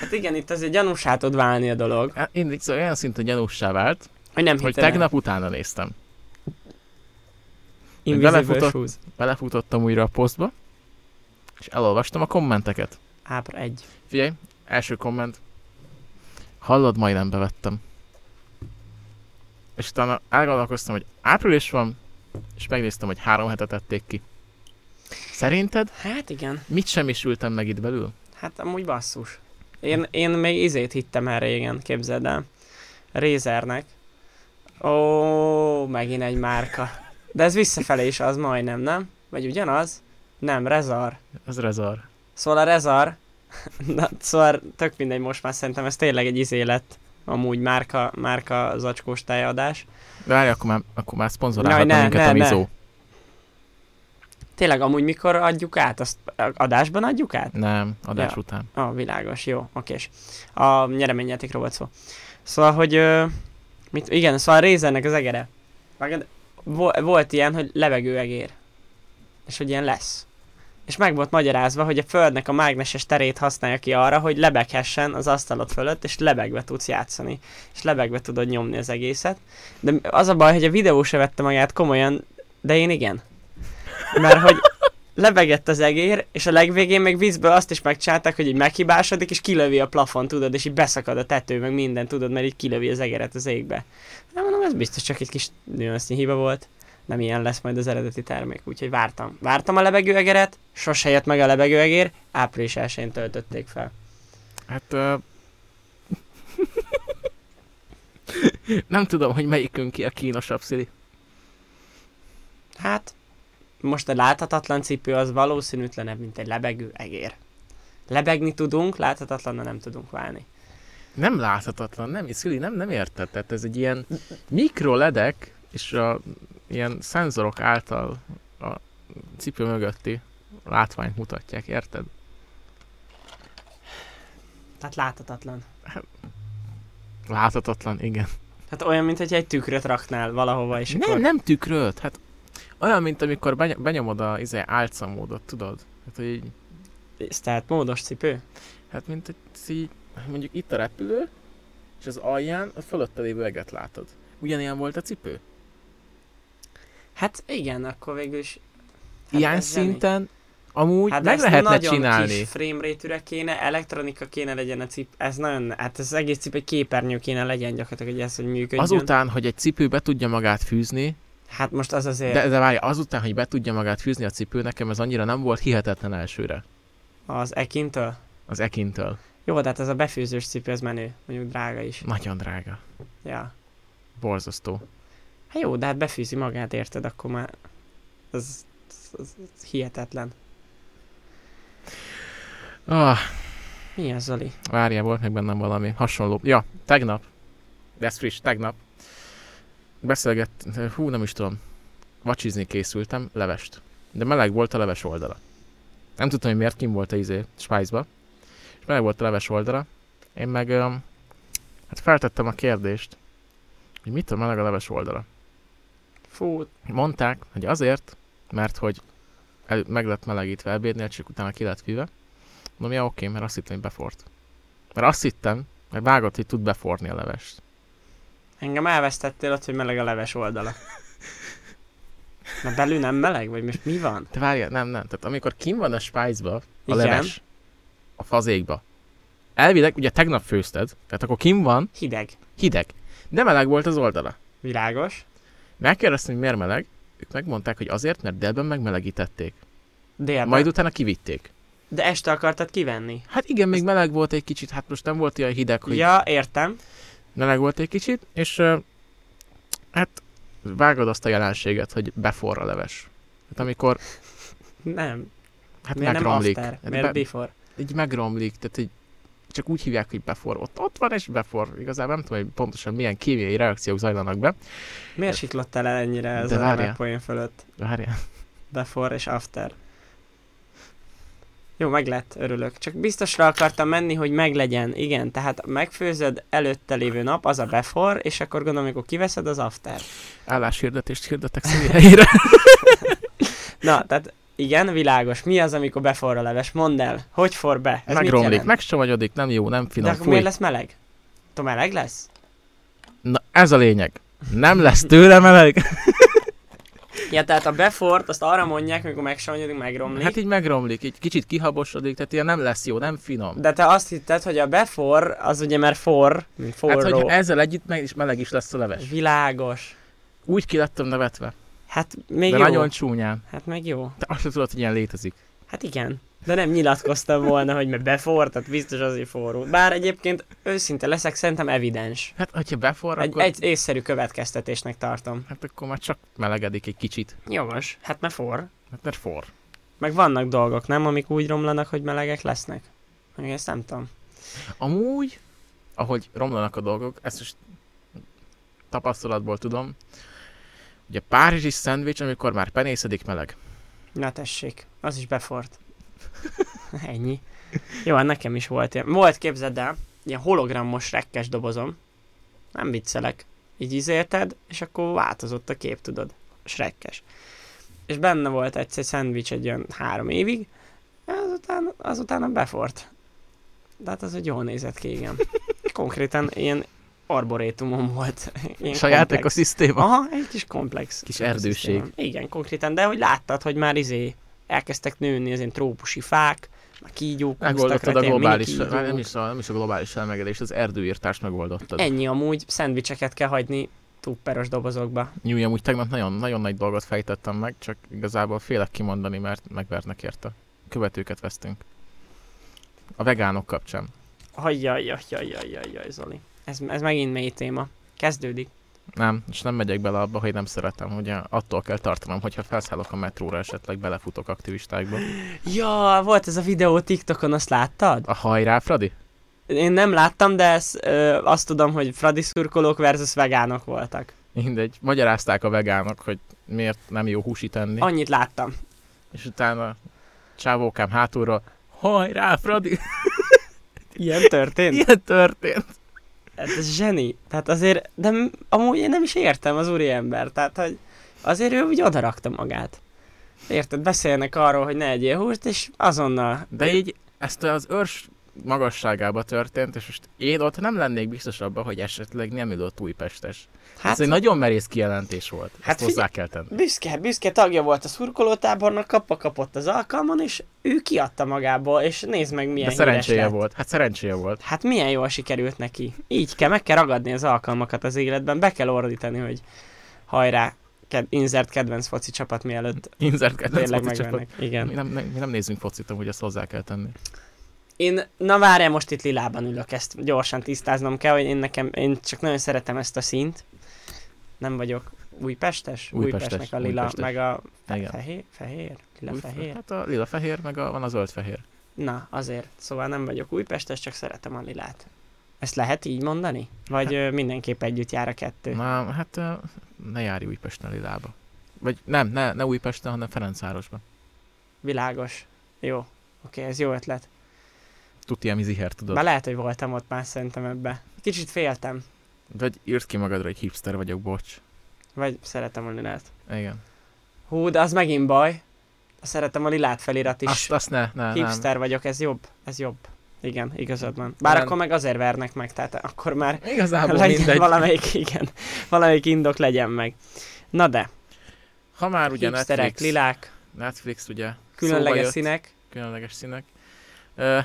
Speaker 2: Hát igen, itt azért gyanúsá tud válni a dolog.
Speaker 3: Hát Én így- szóval olyan szinten gyanússá vált,
Speaker 2: Hogy nem
Speaker 3: hogy
Speaker 2: hitelen.
Speaker 3: tegnap utána néztem.
Speaker 2: Invisible
Speaker 3: belefutott-
Speaker 2: shoes.
Speaker 3: Belefutottam újra a posztba, és elolvastam a kommenteket.
Speaker 2: Ábra egy.
Speaker 3: Figyelj, első komment. Hallod, majdnem bevettem. És utána elgondolkoztam, hogy április van, és megnéztem, hogy három hetet ették ki. Szerinted
Speaker 2: Hát igen.
Speaker 3: mit semmisültem meg itt belül?
Speaker 2: Hát amúgy basszus. Én, én még izét hittem el régen, képzeld el. Razernek. Ó, megint egy márka. De ez visszafelé is az majdnem, nem? Vagy ugyanaz? Nem, Rezar.
Speaker 3: Ez rezar.
Speaker 2: Szóval a Rezar... Na, szóval tök mindegy, most már szerintem ez tényleg egy izé lett. Amúgy márka, márka zacskós tájadás.
Speaker 3: De várj, akkor már, akkor már
Speaker 2: Jaj,
Speaker 3: szponzorálhatna
Speaker 2: ne,
Speaker 3: minket
Speaker 2: ne, ne.
Speaker 3: a Mizó.
Speaker 2: Tényleg, amúgy mikor adjuk át? Azt adásban adjuk át?
Speaker 3: Nem, adás
Speaker 2: Ja.
Speaker 3: után.
Speaker 2: Ah, világos, jó, okés. A nyereményjátékról volt szó. Szóval, hogy... Ö, mit, igen, szóval a Razernek az egere. Vágod, vo- volt ilyen, hogy levegő egér. És hogy ilyen lesz. És meg volt magyarázva, hogy a földnek a mágneses terét használja ki arra, hogy lebeghessen az asztalod fölött, és lebegve tudsz játszani. És lebegve tudod nyomni az egészet. De az a baj, hogy a videó se vette magát komolyan, de én igen. Mert hogy lebegett az egér, és a legvégén még vízből azt is megcsinálták, hogy így meghibásodik, és kilövi a plafon, tudod, és így beszakad a tető, meg minden, tudod, mert így kilövi az egeret az égbe. Nem mondom, ez biztos csak egy kis nüansznyi hiba volt. Nem ilyen lesz majd az eredeti termék, úgyhogy vártam. Vártam a lebegőegeret, sose jött meg a lebegőegér, április 1 töltötték fel.
Speaker 3: Hát... Uh... nem tudom, hogy melyikünk ki a kínosabb szili.
Speaker 2: Hát, most a láthatatlan cipő az valószínűtlenebb, mint egy lebegő egér. Lebegni tudunk, láthatatlanra nem tudunk válni.
Speaker 3: Nem láthatatlan, nem, Szüli, nem, nem érted. Tehát ez egy ilyen mikroledek, és a, ilyen szenzorok által a cipő mögötti látványt mutatják, érted?
Speaker 2: Tehát láthatatlan.
Speaker 3: Láthatatlan, igen.
Speaker 2: Hát olyan, mint hogy egy tükröt raknál valahova, és
Speaker 3: És nem,
Speaker 2: akkor...
Speaker 3: nem tükröd, hát olyan, mint amikor beny- benyomod a izé, álcamódot, tudod? Hát, hogy így,
Speaker 2: Ez tehát módos cipő?
Speaker 3: hát mint egy így mondjuk itt a repülő, és az alján a fölötte lévő eget látod. Ugyanilyen volt a cipő.
Speaker 2: Hát igen, akkor végül is... Hát
Speaker 3: Ilyen
Speaker 2: ez zseni.
Speaker 3: szinten amúgy
Speaker 2: Hát
Speaker 3: hát meg
Speaker 2: ezt
Speaker 3: lehetne
Speaker 2: nagyon
Speaker 3: csinálni.
Speaker 2: kis frame rate kéne, elektronika kéne legyen a cip, ez nagyon, hát ez egész cip egy képernyő kéne legyen gyakorlatilag, hogy ez, hogy működjön.
Speaker 3: Azután, hogy egy cipő be tudja magát fűzni,
Speaker 2: Hát most az azért,
Speaker 3: de, de várj, azután, hogy be tudja magát fűzni a cipő, nekem ez annyira nem volt hihetetlen elsőre.
Speaker 2: az ekintől.
Speaker 3: Az Ekintől.
Speaker 2: Jó, de hát ez a befőzős cipő, ez menő, mondjuk drága is.
Speaker 3: Nagyon drága.
Speaker 2: Ja.
Speaker 3: Borzasztó.
Speaker 2: Hát jó, de hát befűzi magát, érted, akkor már ez, ez, ez, ez hihetetlen.
Speaker 3: Ah,
Speaker 2: Mi az, Zoli?
Speaker 3: várjál, volt meg bennem valami hasonló. Ja, tegnap. De ez friss, tegnap. Beszélgett, hú, nem is tudom. Vacsizni készültem, levest. De meleg volt a leves oldala. Nem tudtam, hogy miért, kim volt a izé, Svájcba. És meleg volt a leves oldala. Én meg, öm, hát feltettem a kérdést, hogy mitől meleg a leves oldala.
Speaker 2: Fú,
Speaker 3: Mondták, hogy azért, mert hogy el, meg lett melegítve ebédnél, csak utána ki lett fűve. Mondom, ja, oké, mert azt hittem, hogy befort. Mert azt hittem, mert vágott, hogy tud beforni a levest.
Speaker 2: engem elvesztettél ott, hogy meleg a leves oldala. Na belül nem meleg? Vagy most mi van?
Speaker 3: Te várjál, nem, nem. Tehát amikor kim van a spájzba, a
Speaker 2: Igen.
Speaker 3: leves, a fazékba. Elvileg, ugye tegnap főzted, tehát akkor kim van,
Speaker 2: Hideg.
Speaker 3: hideg. De meleg volt az oldala.
Speaker 2: Világos.
Speaker 3: Megkérdeztem, hogy miért meleg, ők megmondták, hogy azért, mert délben megmelegítették.
Speaker 2: Délben.
Speaker 3: Majd utána kivitték.
Speaker 2: De este akartad kivenni.
Speaker 3: Hát igen, még meleg volt egy kicsit, hát most nem volt olyan hideg, hogy
Speaker 2: Ja, értem.
Speaker 3: meleg volt egy kicsit, és ö, hát vágod azt a jelenséget, hogy beforr a leves. Hát amikor,
Speaker 2: Nem.
Speaker 3: hát
Speaker 2: Miért nem
Speaker 3: megromlik.
Speaker 2: after?
Speaker 3: Hát
Speaker 2: Miért
Speaker 3: be,
Speaker 2: before?
Speaker 3: így megromlik, tehát így csak úgy hívják, hogy befor. Ott, ott van és befor. Igazából nem tudom, hogy pontosan milyen kémiai reakciók zajlanak be.
Speaker 2: Miért siklottál el ennyire ez
Speaker 3: De
Speaker 2: a
Speaker 3: várjál.
Speaker 2: remek poén fölött?
Speaker 3: Várjál.
Speaker 2: Before és after. Jó, meg lett, örülök. Csak biztosra akartam menni, hogy meglegyen. Igen, tehát megfőzöd előtte lévő nap, az a before, és akkor gondolom, amikor kiveszed, az after.
Speaker 3: Álláshirdetést hirdetek személy helyére.
Speaker 2: Na, tehát igen, világos. Mi az, amikor beforr a leves? Mondd el, hogy for be? Ez mit
Speaker 3: Megromlik,
Speaker 2: jelent?
Speaker 3: megsavanyodik, nem jó, nem
Speaker 2: De
Speaker 3: finom.
Speaker 2: akkor
Speaker 3: fúj.
Speaker 2: miért lesz meleg? Te meleg lesz?
Speaker 3: Na ez a lényeg. Nem lesz tőle meleg.
Speaker 2: Ja, tehát a befort azt arra mondják, amikor megsavanyodik, megromlik.
Speaker 3: Hát így megromlik, így kicsit kihabosodik, tehát ilyen nem lesz jó, nem finom.
Speaker 2: De te azt hitted, hogy a befor, az ugye már for, mint
Speaker 3: Hát,
Speaker 2: forró.
Speaker 3: hogy ezzel együtt meg is meleg is lesz a leves.
Speaker 2: Világos.
Speaker 3: Úgy ki lettem nevetve.
Speaker 2: Hát még
Speaker 3: de
Speaker 2: jó.
Speaker 3: nagyon csúnyán.
Speaker 2: Hát meg jó.
Speaker 3: Te azt sem tudod, hogy ilyen létezik.
Speaker 2: Hát igen. De nem nyilatkoztam volna, hogy mert befor, tehát biztos azért forró. Bár egyébként őszinte leszek, szerintem evidens.
Speaker 3: Hát, hogyha beforr,
Speaker 2: Egy,
Speaker 3: akkor,
Speaker 2: egy észszerű következtetésnek tartom.
Speaker 3: hát akkor már csak melegedik egy kicsit.
Speaker 2: Jogos. Hát mert for.
Speaker 3: Hát mert forr.
Speaker 2: Meg vannak dolgok, nem? Amik úgy romlanak, hogy melegek lesznek. Még ezt nem tudom.
Speaker 3: Amúgy, ahogy romlanak a dolgok, ezt is tapasztalatból tudom, ugye Párizsi szendvics, amikor már penészedik meleg.
Speaker 2: Na tessék, az is befort. Ennyi. Jó, hát nekem is volt ilyen. Volt, képzeld el, ilyen hologramos rekkes dobozom. Nem viccelek. Így izélted, és akkor változott a kép, tudod. Srekkes. És benne volt egyszer szendvics egy olyan három évig, azután, azután a befort. De hát az egy jól nézett ki, igen. Konkrétan ilyen arborétumom volt. Ilyen
Speaker 3: Saját
Speaker 2: komplex.
Speaker 3: ekoszisztéma.
Speaker 2: Aha, egy kis komplex.
Speaker 3: Kis
Speaker 2: ökoszisztéma.
Speaker 3: erdőség.
Speaker 2: Igen, konkrétan, de hogy láttad, hogy már izé elkezdtek nőni az ilyen trópusi fák, a kígyók, húztak
Speaker 3: Megoldottad
Speaker 2: rá,
Speaker 3: a
Speaker 2: ilyen
Speaker 3: globális,
Speaker 2: mini
Speaker 3: már nem
Speaker 2: kígyók.
Speaker 3: is a, nem is a globális felmelegedést, az erdőírtást megoldottad. Egy.
Speaker 2: Ennyi amúgy, szendvicseket kell hagyni tupperos dobozokba.
Speaker 3: Nyúj, amúgy tegnap nagyon, nagyon nagy dolgot fejtettem meg, csak igazából félek kimondani, mert megvernek érte. Követőket vesztünk. A vegánok kapcsán.
Speaker 2: Ajjajajajajajajaj, Zoli. Ez, ez megint mély téma. Kezdődik.
Speaker 3: Nem, és nem megyek bele abba, hogy nem szeretem, hogy attól kell tartanom, hogyha felszállok a metróra, esetleg belefutok aktivistákba.
Speaker 2: Ja, volt ez a videó TikTokon, azt láttad?
Speaker 3: A hajrá, Fradi?
Speaker 2: Én nem láttam, de ez, ö, azt tudom, hogy fradi szurkolók versus vegánok voltak.
Speaker 3: Mindegy, magyarázták a vegánok, hogy miért nem jó húsit enni,
Speaker 2: Annyit láttam.
Speaker 3: és utána csávókám hátulról, hajrá, Fradi,
Speaker 2: Ilyen történt?
Speaker 3: ilyen történt.
Speaker 2: Hát ez zseni. Tehát azért, de m- amúgy én nem is értem az úriember. Tehát, hogy azért ő úgy odarakta magát. Érted, beszélnek arról, hogy ne egyél húst, és azonnal.
Speaker 3: De így ezt az őrs magasságába történt, és most én ott nem lennék biztos abban, hogy esetleg nem ülött újpestes. Hát, Ez
Speaker 2: Hát,
Speaker 3: egy nagyon merész kijelentés volt. Hát
Speaker 2: Hát
Speaker 3: Ezt hozzá kell tenni.
Speaker 2: büszke, büszke tagja volt a szurkolótábornak, kapva kapott az alkalmon, és ő kiadta magából, és nézd meg milyen
Speaker 3: De
Speaker 2: híres
Speaker 3: szerencséje
Speaker 2: lett.
Speaker 3: volt. Hát szerencséje volt.
Speaker 2: Hát milyen jól sikerült neki. Így kell, meg kell ragadni az alkalmakat az életben, be kell ordítani, hogy hajrá, ked- inzert kedvenc foci csapat mielőtt
Speaker 3: Inzert kedvenc
Speaker 2: tényleg
Speaker 3: foci csapat.
Speaker 2: megvennek. Igen.
Speaker 3: Mi nem, nem, mi nem nézünk focit, amúgy ezt hozzá kell tenni.
Speaker 2: Én, na várjál, most itt lilában ülök, ezt gyorsan tisztáznom kell, hogy én nekem, én csak nagyon szeretem ezt a színt. Nem vagyok újpestes,
Speaker 3: Újpestes,
Speaker 2: újpestnek a lila,
Speaker 3: újpestes.
Speaker 2: meg a fe-
Speaker 3: Igen.
Speaker 2: Hát fehér, fehér, lila
Speaker 3: Új-
Speaker 2: fehér.
Speaker 3: Hát a lila fehér, meg a, van a zöld fehér.
Speaker 2: Na, azért, szóval nem vagyok újpestes, csak szeretem a lilát. Ezt lehet így mondani? Vagy ö, mindenképp együtt jár a kettő?
Speaker 3: Hát- Na, hát ö, ne járj Újpesten lilába. Vagy nem, ne, ne Újpesten, hanem Ferencvárosban.
Speaker 2: Világos. Jó. Oké, ez jó ötlet.
Speaker 3: Tuti, ami ziher, tudod.
Speaker 2: Már lehet, hogy voltam ott már szerintem ebbe. Kicsit féltem,
Speaker 3: Vagy írd ki magadra, hogy hipster vagyok, bocs.
Speaker 2: vagy szeretem a lilát.
Speaker 3: Igen.
Speaker 2: Hú, de az megint baj. Szeretem a lilát felirat is.
Speaker 3: Azt, azt ne, ne, nem.
Speaker 2: Hipster vagyok, ez jobb, ez jobb. Igen, igazad van. Bár
Speaker 3: Nem.
Speaker 2: akkor meg azért vernek meg, tehát akkor már
Speaker 3: Igazából
Speaker 2: legyen
Speaker 3: mindegy.
Speaker 2: valamelyik, igen, valamelyik indok legyen meg. Na de,
Speaker 3: Ha már ugye
Speaker 2: hipsterek,
Speaker 3: Netflix,
Speaker 2: lilák,
Speaker 3: Netflix ugye szóba
Speaker 2: különleges
Speaker 3: jött,
Speaker 2: színek.
Speaker 3: Különleges színek. Ö,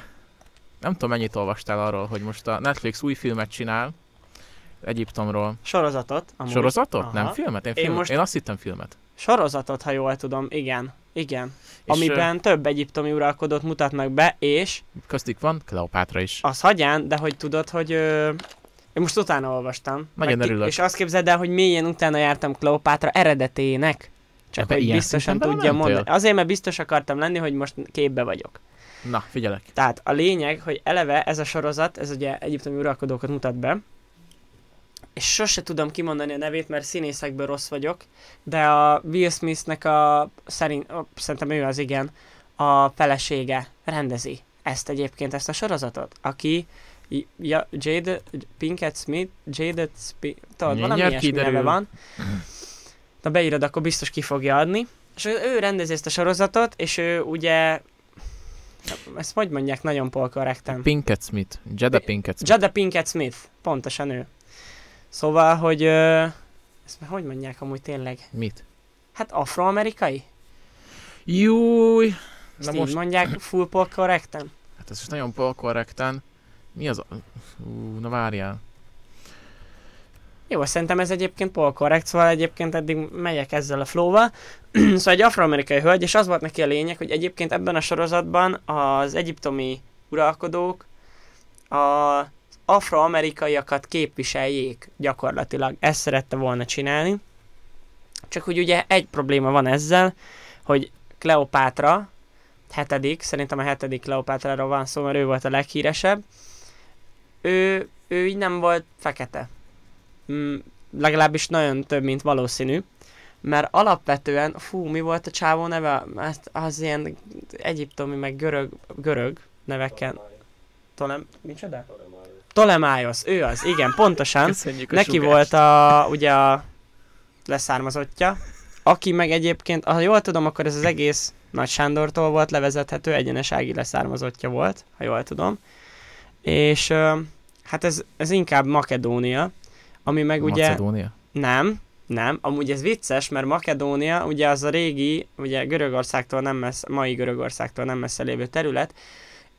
Speaker 3: nem tudom, mennyit olvastál arról, hogy most a Netflix új filmet csinál Egyiptomról.
Speaker 2: Sorozatot, amúgy.
Speaker 3: Sorozatot?
Speaker 2: Aha.
Speaker 3: Nem filmet? Én,
Speaker 2: Én
Speaker 3: filmet?
Speaker 2: most-
Speaker 3: Én azt hittem filmet.
Speaker 2: Sorozatot, ha jól tudom, igen. Igen.
Speaker 3: És,
Speaker 2: Amiben több egyiptomi uralkodót mutatnak be, és
Speaker 3: ö, Köztük van Kleopátra is.
Speaker 2: az hagyján, de hogy tudod, hogy ö, én most utána olvastam.
Speaker 3: Nagyon
Speaker 2: Meg ki-
Speaker 3: örülök.
Speaker 2: És azt képzeld el, hogy mélyen utána jártam Kleopátra eredetének. Csak
Speaker 3: Ebbe
Speaker 2: hogy
Speaker 3: ilyen
Speaker 2: biztosan
Speaker 3: szinten
Speaker 2: tudja
Speaker 3: belementél?
Speaker 2: mondani. Azért, mert biztos akartam lenni, hogy most képbe vagyok.
Speaker 3: Na, figyelek.
Speaker 2: Tehát a lényeg, hogy eleve ez a sorozat, ez ugye egyiptomi uralkodókat mutat be, és sose tudom kimondani a nevét, mert színészekből rossz vagyok, de a Will Smithnek a, szerint, ó, szerintem ő az igen, a felesége rendezi ezt egyébként, ezt a sorozatot, aki J- ja, Jade Pinkett Smith, Jade Spi, tudod,
Speaker 3: Mindjárt
Speaker 2: valami ilyesmi
Speaker 3: kiderül.
Speaker 2: neve van. Na beírod, akkor biztos ki fogja adni. És ő- ő rendezi ezt a sorozatot, és ő ugye ezt hogy mondják nagyon polkorrekten?
Speaker 3: Pinkett Smith. Jada Pinkett Smith.
Speaker 2: Jada Pinkett Smith, pontosan ő. Szóval, hogy ö, ezt már hogy mondják amúgy tényleg?
Speaker 3: Mit?
Speaker 2: Hát afroamerikai?
Speaker 3: Júj!
Speaker 2: Ezt Na így most... mondják full polkorrekten?
Speaker 3: Hát ez most nagyon polkorrekten. Mi az a... Ú, na várjál.
Speaker 2: Jó, szerintem ez egyébként polkorrekt, szóval egyébként eddig megyek ezzel a flóval. szóval egy afroamerikai hölgy, és az volt neki a lényeg, hogy egyébként ebben a sorozatban az egyiptomi uralkodók az afroamerikaiakat képviseljék gyakorlatilag. Ezt szerette volna csinálni. Csak hogy ugye egy probléma van ezzel, hogy Kleopátra, hetedik, szerintem a hetedik Kleopátráról van szó, mert ő volt a leghíresebb, ő, ő így nem volt fekete. Mm, legalábbis nagyon több, mint valószínű. Mert alapvetően, fú, mi volt a csávó neve? Ezt az ilyen egyiptomi, meg görög, görög neveken. Tolem... Micsoda? Ptolemaiosz, ő az, igen, pontosan.
Speaker 3: Köszönjük
Speaker 2: Neki volt a, ugye a leszármazottja, aki meg egyébként, ha jól tudom, akkor ez az egész Nagy Sándortól volt levezethető, egyenesági leszármazottja volt, ha jól tudom. És ö, hát ez, ez inkább Makedónia, ami meg ugye...
Speaker 3: Macedónia.
Speaker 2: Nem, nem. Amúgy ez vicces, mert Makedónia, ugye az a régi, ugye Görögországtól nem messze, mai Görögországtól nem messze lévő terület,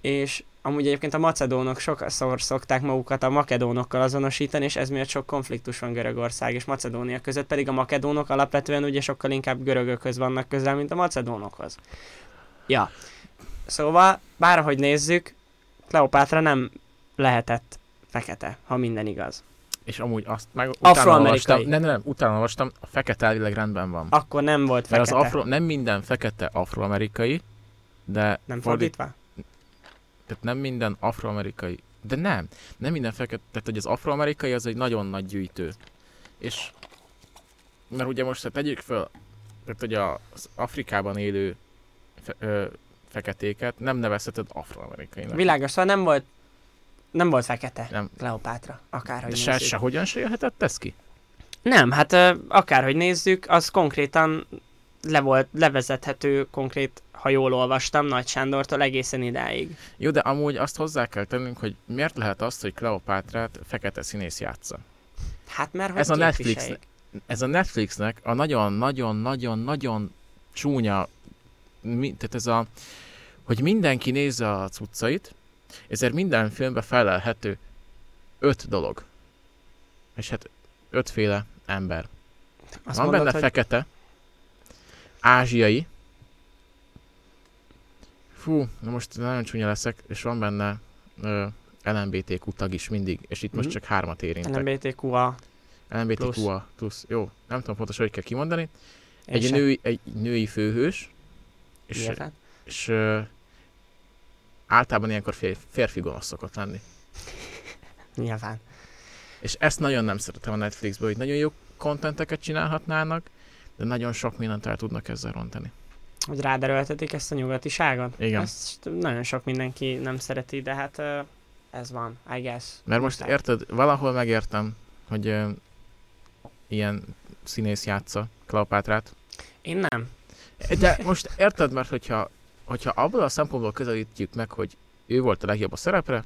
Speaker 2: és amúgy egyébként a macedónok sokszor szokták magukat a makedónokkal azonosítani, és ez miatt sok konfliktus van Görögország és Macedónia között, pedig a makedónok alapvetően ugye sokkal inkább görögökhöz vannak közel, mint a macedónokhoz. Ja. Szóval, bárhogy nézzük, Kleopátra nem lehetett fekete, ha minden igaz.
Speaker 3: És amúgy azt meg utána
Speaker 2: Afroamerikai.
Speaker 3: olvastam. Nem, nem, utána olvastam. A fekete elvileg rendben van.
Speaker 2: Akkor nem volt
Speaker 3: Mert
Speaker 2: fekete.
Speaker 3: az afro, nem minden fekete afroamerikai, de
Speaker 2: Nem
Speaker 3: fordít-
Speaker 2: fordítva?
Speaker 3: tehát nem minden afroamerikai, de nem, nem minden fekete, tehát hogy az afroamerikai az egy nagyon nagy gyűjtő. És, mert ugye most, hát tegyük föl, tehát hogy a- az Afrikában élő fe, ö, feketéket nem nevezheted afroamerikainak.
Speaker 2: Világos, szóval nem volt, nem volt fekete.
Speaker 3: Nem.
Speaker 2: Kleopátra, akárhogy
Speaker 3: De se,
Speaker 2: nézzük.
Speaker 3: sehogyan se jöhetett ez ki?
Speaker 2: Nem, hát ö, akárhogy nézzük, az konkrétan le volt, levezethető konkrét ha jól olvastam, Nagy Sándortól egészen idáig.
Speaker 3: Jó, de amúgy azt hozzá kell tennünk, hogy miért lehet azt, hogy Kleopátrát fekete színész játsza.
Speaker 2: Hát mert hogy
Speaker 3: Ez a
Speaker 2: képviseljék.
Speaker 3: Netflix- Ez a Netflixnek a nagyon-nagyon-nagyon-nagyon csúnya, mi, tehát ez a, hogy mindenki nézze a cuccait, ezért minden filmbe felelhető öt dolog. És hát ötféle ember.
Speaker 2: Azt
Speaker 3: Van
Speaker 2: mondod,
Speaker 3: benne
Speaker 2: hogy
Speaker 3: fekete, ázsiai, fú, na most nagyon csúnya leszek, és van benne ö, LMBTQ tag is mindig, és itt most
Speaker 2: Mhm.
Speaker 3: csak hármat érintek.
Speaker 2: LMBTQA.
Speaker 3: LMBTQA plusz. Jó, nem tudom pontosan, hogy kell kimondani.
Speaker 2: Én
Speaker 3: Egy
Speaker 2: sem
Speaker 3: női, egy női főhős, és,
Speaker 2: nyilván.
Speaker 3: és ö, általában ilyenkor fér, férfi gonosz szokott lenni.
Speaker 2: Nyilván.
Speaker 3: És ezt nagyon nem szeretem a Netflixből, hogy nagyon jó kontenteket csinálhatnának, de nagyon sok mindent el tudnak ezzel rontani.
Speaker 2: Hogy ráderöltetik ezt a nyugatiságot.
Speaker 3: Igen.
Speaker 2: Ezt nagyon sok mindenki nem szereti, de hát ö, ez van, I guess.
Speaker 3: Mert most
Speaker 2: Muszáj.
Speaker 3: érted, valahol megértem, hogy ö, ilyen színész játsza Kleopátrát.
Speaker 2: Én nem.
Speaker 3: De most érted, mert hogyha, hogyha abból a szempontból közelítjük meg, hogy ő volt a legjobb a szerepre,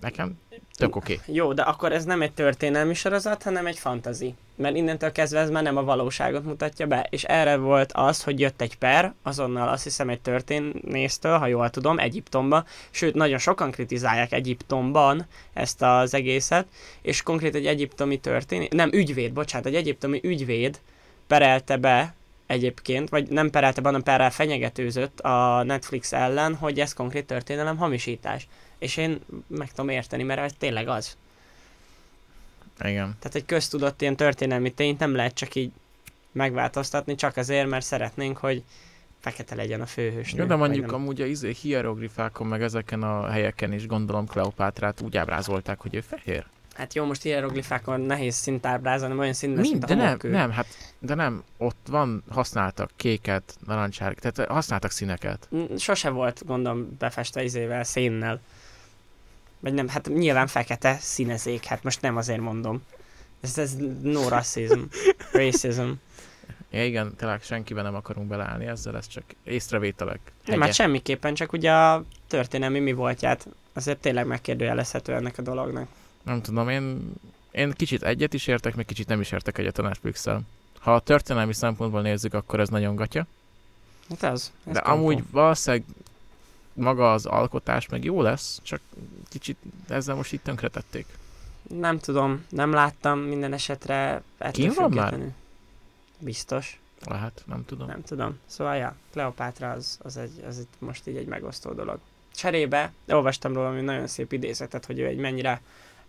Speaker 3: nekem tök oké. Okay.
Speaker 2: Jó, de akkor ez nem egy történelmi sorozat, hanem egy fantazi. Mert innentől kezdve ez már nem a valóságot mutatja be. És erre volt az, hogy jött egy per, azonnal azt hiszem egy történésztől, ha jól tudom, Egyiptomba. Sőt, nagyon sokan kritizálják Egyiptomban ezt az egészet. És konkrét egy egyiptomi történész, nem ügyvéd, bocsánat, egy egyiptomi ügyvéd perelte be egyébként, vagy nem perelte be, hanem perrel fenyegetőzött a Netflix ellen, hogy ez konkrét történelem hamisítás. És én meg tudom érteni, mert ez tényleg az.
Speaker 3: Igen.
Speaker 2: Tehát egy köztudott ilyen történelmi tényt nem lehet csak így megváltoztatni, csak azért, mert szeretnénk, hogy fekete legyen a főhős.
Speaker 3: Jó, de mondjuk amúgy a izé, hieroglifákon, meg ezeken a helyeken is gondolom Kleopátrát úgy ábrázolták, hogy ő fehér.
Speaker 2: Hát jó, most hieroglifákon nehéz szint ábrázolni, olyan színes,
Speaker 3: Mind,
Speaker 2: mint a
Speaker 3: de nem,
Speaker 2: homokkő.
Speaker 3: nem, hát, de nem, ott van, használtak kéket, narancsárgát, tehát használtak színeket.
Speaker 2: Mm, Sose volt, gondolom, befestve izével, szénnel. Vagy nem, hát nyilván fekete színezék, hát most nem azért mondom. Ez, ez no racism, racism.
Speaker 3: Ja, igen, tényleg senkiben nem akarunk beleállni ezzel, ez csak észrevételek.
Speaker 2: Nem, hát semmiképpen, csak ugye a történelmi mi voltját azért tényleg megkérdőjelezhető ennek a dolognak.
Speaker 3: Nem tudom, én, én kicsit egyet is értek, meg kicsit nem is értek egyet a netflix -el. Ha a történelmi szempontból nézzük, akkor ez nagyon gatya.
Speaker 2: Hát az. ez
Speaker 3: De
Speaker 2: pompó.
Speaker 3: amúgy valószínűleg maga az alkotás meg jó lesz, csak kicsit ezzel most itt tönkretették.
Speaker 2: Nem tudom, nem láttam minden esetre. ettől
Speaker 3: Kim van már?
Speaker 2: függetlenül. Biztos,
Speaker 3: Lehet, nem tudom.
Speaker 2: nem tudom. Szóval, ja, Kleopátra az, az, egy, az egy, most így egy megosztó dolog. Cserébe, olvastam róla ami nagyon szép idézetet, hogy ő egy mennyire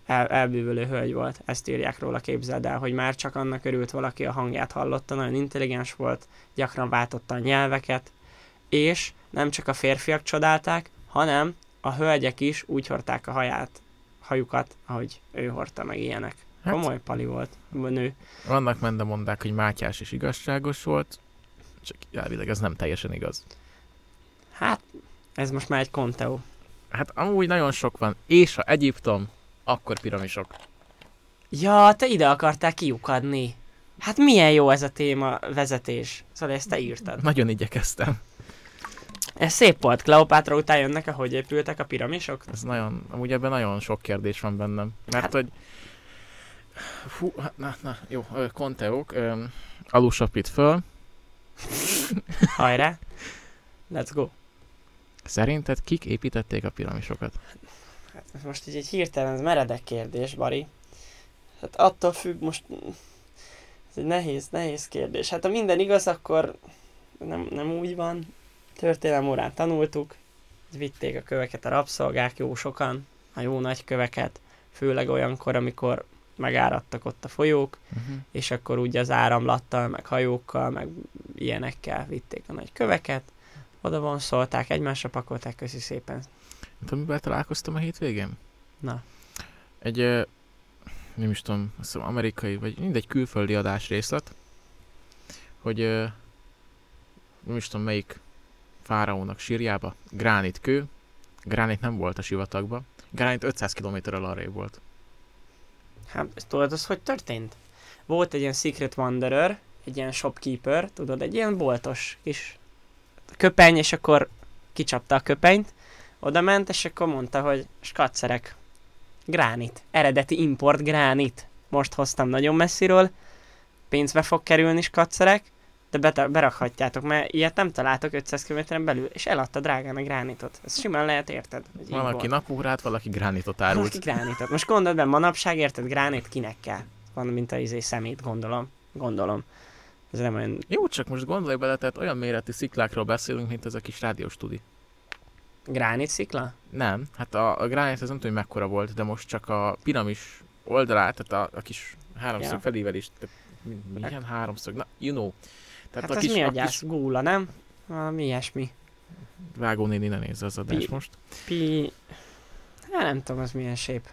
Speaker 2: el, elbűvölő hölgy volt. Ezt írják róla, képzeld el, hogy már csak annak örült valaki a hangját hallotta, nagyon intelligens volt, gyakran váltotta a nyelveket, és nem csak a férfiak csodálták, hanem a hölgyek is úgy hordták a haját, hajukat, ahogy ő hordta meg ilyenek. Hát.
Speaker 3: Hát,
Speaker 2: Komoly pali volt, a nő.
Speaker 3: vannak menne mondák, hogy Mátyás is igazságos volt, csak elvileg ez nem teljesen igaz.
Speaker 2: Hát, ez most már egy konteó.
Speaker 3: Hát amúgy nagyon sok van, és ha Egyiptom, akkor piramisok.
Speaker 2: Ja, te ide akartál kiukadni. Hát milyen jó ez a téma vezetés. Szóval ezt te írtad.
Speaker 3: Hát Nagyon igyekeztem.
Speaker 2: Ez szép volt. Kleopátra után jönnek, ahogy épültek a piramisok.
Speaker 3: Ez nagyon, amúgy ebben nagyon sok kérdés van bennem. Mert
Speaker 2: Hát-
Speaker 3: hogy... Fú, hát na, na, jó, ö, konteók. ö, Alusapít föl.
Speaker 2: Hajrá. Let's go.
Speaker 3: Szerinted kik építették a piramisokat?
Speaker 2: Hát ez most így egy hirtelen ez meredek kérdés, Bari. Hát attól függ most... Ez egy nehéz, nehéz kérdés. Hát ha minden igaz, akkor nem, nem úgy van. Történelem órán tanultuk, hogy vitték a köveket a rabszolgák, jó sokan, a jó nagy köveket, főleg olyankor, amikor megáradtak ott a folyók,
Speaker 3: Uh-huh.
Speaker 2: és akkor úgy az áramlattal, meg hajókkal, meg ilyenekkel vitték a nagy köveket, oda vonszolták, egymásra pakolták, köszi szépen.
Speaker 3: Mint amivel találkoztam a hétvégén?
Speaker 2: Na.
Speaker 3: Egy, ö, nem is tudom, azt hiszem amerikai, vagy mindegy külföldi adás részlet, hogy ö, nem is tudom melyik fáraónak sírjába, gránit kő, gránit nem volt a sivatagban, gránit 500 km-rel arrébb volt.
Speaker 2: Hát, ezt tudod, az hogy történt? Volt egy ilyen Secret Wanderer, egy ilyen shopkeeper, tudod, egy ilyen boltos kis köpeny, és akkor kicsapta a köpenyt, oda ment, és akkor mondta, hogy skatszerek, gránit, eredeti import gránit. Most hoztam nagyon messziről, pénzbe fog kerülni skatszerek, de bete- berakhatjátok, mert ilyet nem találtok 500 km belül, és eladta drágán a gránitot. Ez simán lehet, érted? hogy így
Speaker 3: Valaki
Speaker 2: volt.
Speaker 3: napórát, valaki gránitot árult.
Speaker 2: Valaki gránitot. Most gondold be, manapság érted, gránit kinek kell? Van, mint a izé szemét, gondolom. Gondolom. Ez nem olyan...
Speaker 3: Jó, csak most gondolj bele, tehát olyan méretű sziklákról beszélünk, mint ez a kis rádióstudi.
Speaker 2: Gránit szikla?
Speaker 3: Nem, hát a, a gránit az nem tudom, hogy mekkora volt, de most csak a piramis oldalát, tehát a, a kis háromszög
Speaker 2: Ja.
Speaker 3: ja. felévelés, tehát mi- milyen háromszög, na, you know. Tehát
Speaker 2: Hát, hát
Speaker 3: a kis,
Speaker 2: az mi a
Speaker 3: a kis
Speaker 2: gyász? Gúla, nem? Valami ilyesmi.
Speaker 3: vágónéni ne nézze az adást
Speaker 2: Pi-
Speaker 3: most.
Speaker 2: Pi... Hát nem tudom, az milyen sép.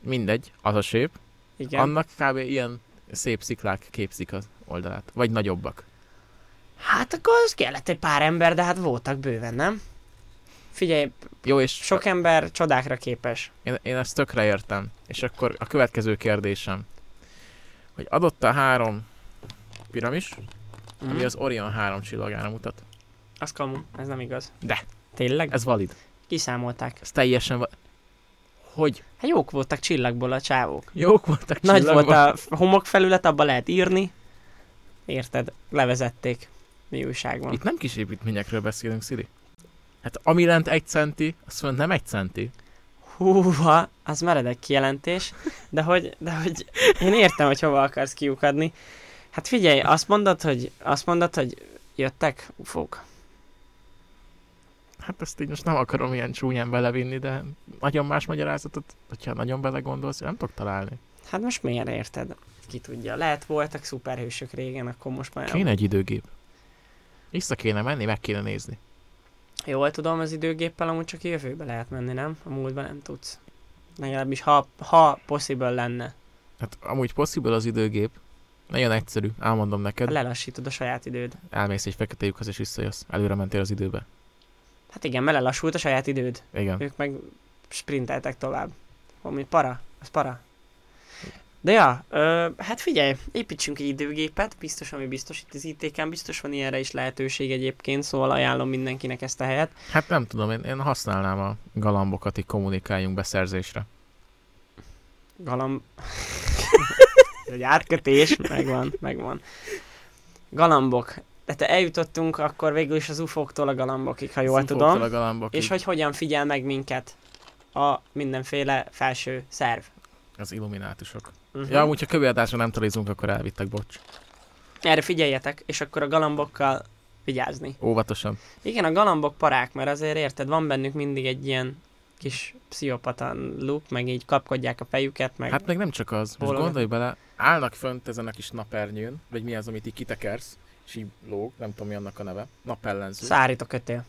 Speaker 3: Mindegy, az a sép.
Speaker 2: Igen.
Speaker 3: Igen. Annak kb. ilyen szép sziklák képzik az oldalát, vagy nagyobbak.
Speaker 2: Hát akkor az kellett egy pár ember, de hát voltak bőven, nem? Figyelj,
Speaker 3: Jó, és
Speaker 2: sok ember csodákra képes.
Speaker 3: Én, én ezt tökre értem. És akkor a következő kérdésem, hogy adott a három piramis, mm. ami az Orion három csillagára mutat.
Speaker 2: Mhm. Az kamu, ez nem igaz.
Speaker 3: De.
Speaker 2: Tényleg?
Speaker 3: Ez valid.
Speaker 2: Kiszámolták.
Speaker 3: Ez teljesen va- Hogy?
Speaker 2: Hát jók voltak csillagból a csávók.
Speaker 3: Jók voltak
Speaker 2: Nagy
Speaker 3: csillagban.
Speaker 2: volt a f- homokfelület, abba lehet írni. Érted? Levezették. Mi újság van?
Speaker 3: Itt nem kis építményekről beszélünk, Szili. Hát ami lent egy centi, az fönt nem egy centi.
Speaker 2: Húha, az meredek kijelentés, de hogy, de hogy én értem, hogy hova akarsz kiukadni. Hát figyelj, azt mondod, hogy, azt mondod, hogy jöttek ufók.
Speaker 3: Hát ezt így most nem akarom ilyen csúnyán belevinni, de nagyon más magyarázatot, hogyha nagyon belegondolsz, nem tudok találni.
Speaker 2: Hát most miért érted? Ki tudja, lehet voltak szuperhősök régen, akkor most már...
Speaker 3: Kéne egy időgép. Vissza kéne menni, meg kéne nézni.
Speaker 2: Jól tudom, az időgéppel amúgy csak a jövőbe lehet menni, nem? A múltba nem tudsz. Legalábbis ha, ha possible lenne.
Speaker 3: Hát amúgy possible az időgép. Nagyon egyszerű, elmondom neked. Le-
Speaker 2: Lelassítod a saját időd.
Speaker 3: Elmész egy fekete lyukhoz és visszajössz. Előre mentél az időbe.
Speaker 2: Hát igen, mert lelassult a saját időd.
Speaker 3: Igen.
Speaker 2: Ők meg sprinteltek tovább. Ami para, az para. De ja, ö, hát figyelj, építsünk egy időgépet, biztos, ami biztos, itt az ITK-n biztos van ilyenre is lehetőség egyébként, szóval ajánlom mindenkinek ezt a helyet.
Speaker 3: Hát nem tudom, én, én használnám a galambokat, hogy kommunikáljunk beszerzésre.
Speaker 2: Galamb... egy átkötés, megvan, megvan. Galambok. Tehát eljutottunk akkor végül is az ufóktól a galambokig, ha jól
Speaker 3: Szimfoltól
Speaker 2: tudom.
Speaker 3: A galambok
Speaker 2: És hogy hogyan figyel meg minket a mindenféle felső szerv.
Speaker 3: Az illuminátusok.
Speaker 2: Uh-huh.
Speaker 3: Ja, amúgy, ha kövérdásra nem talízunk, akkor elvittek, bocs.
Speaker 2: Erre figyeljetek, és akkor a galambokkal vigyázni.
Speaker 3: Óvatosan.
Speaker 2: Igen, a galambok parák, mert azért érted, van bennük mindig egy ilyen kis pszichopatan look, meg így kapkodják a fejüket, meg... Hát,
Speaker 3: Hát meg nem csak az. Most
Speaker 2: Hol a-
Speaker 3: gondolj bele, állnak fönt ezen a kis napernyőn, vagy mi az, amit így kitekersz, és így lóg, nem tudom mi annak a neve, napellenző.
Speaker 2: szárít a kötél.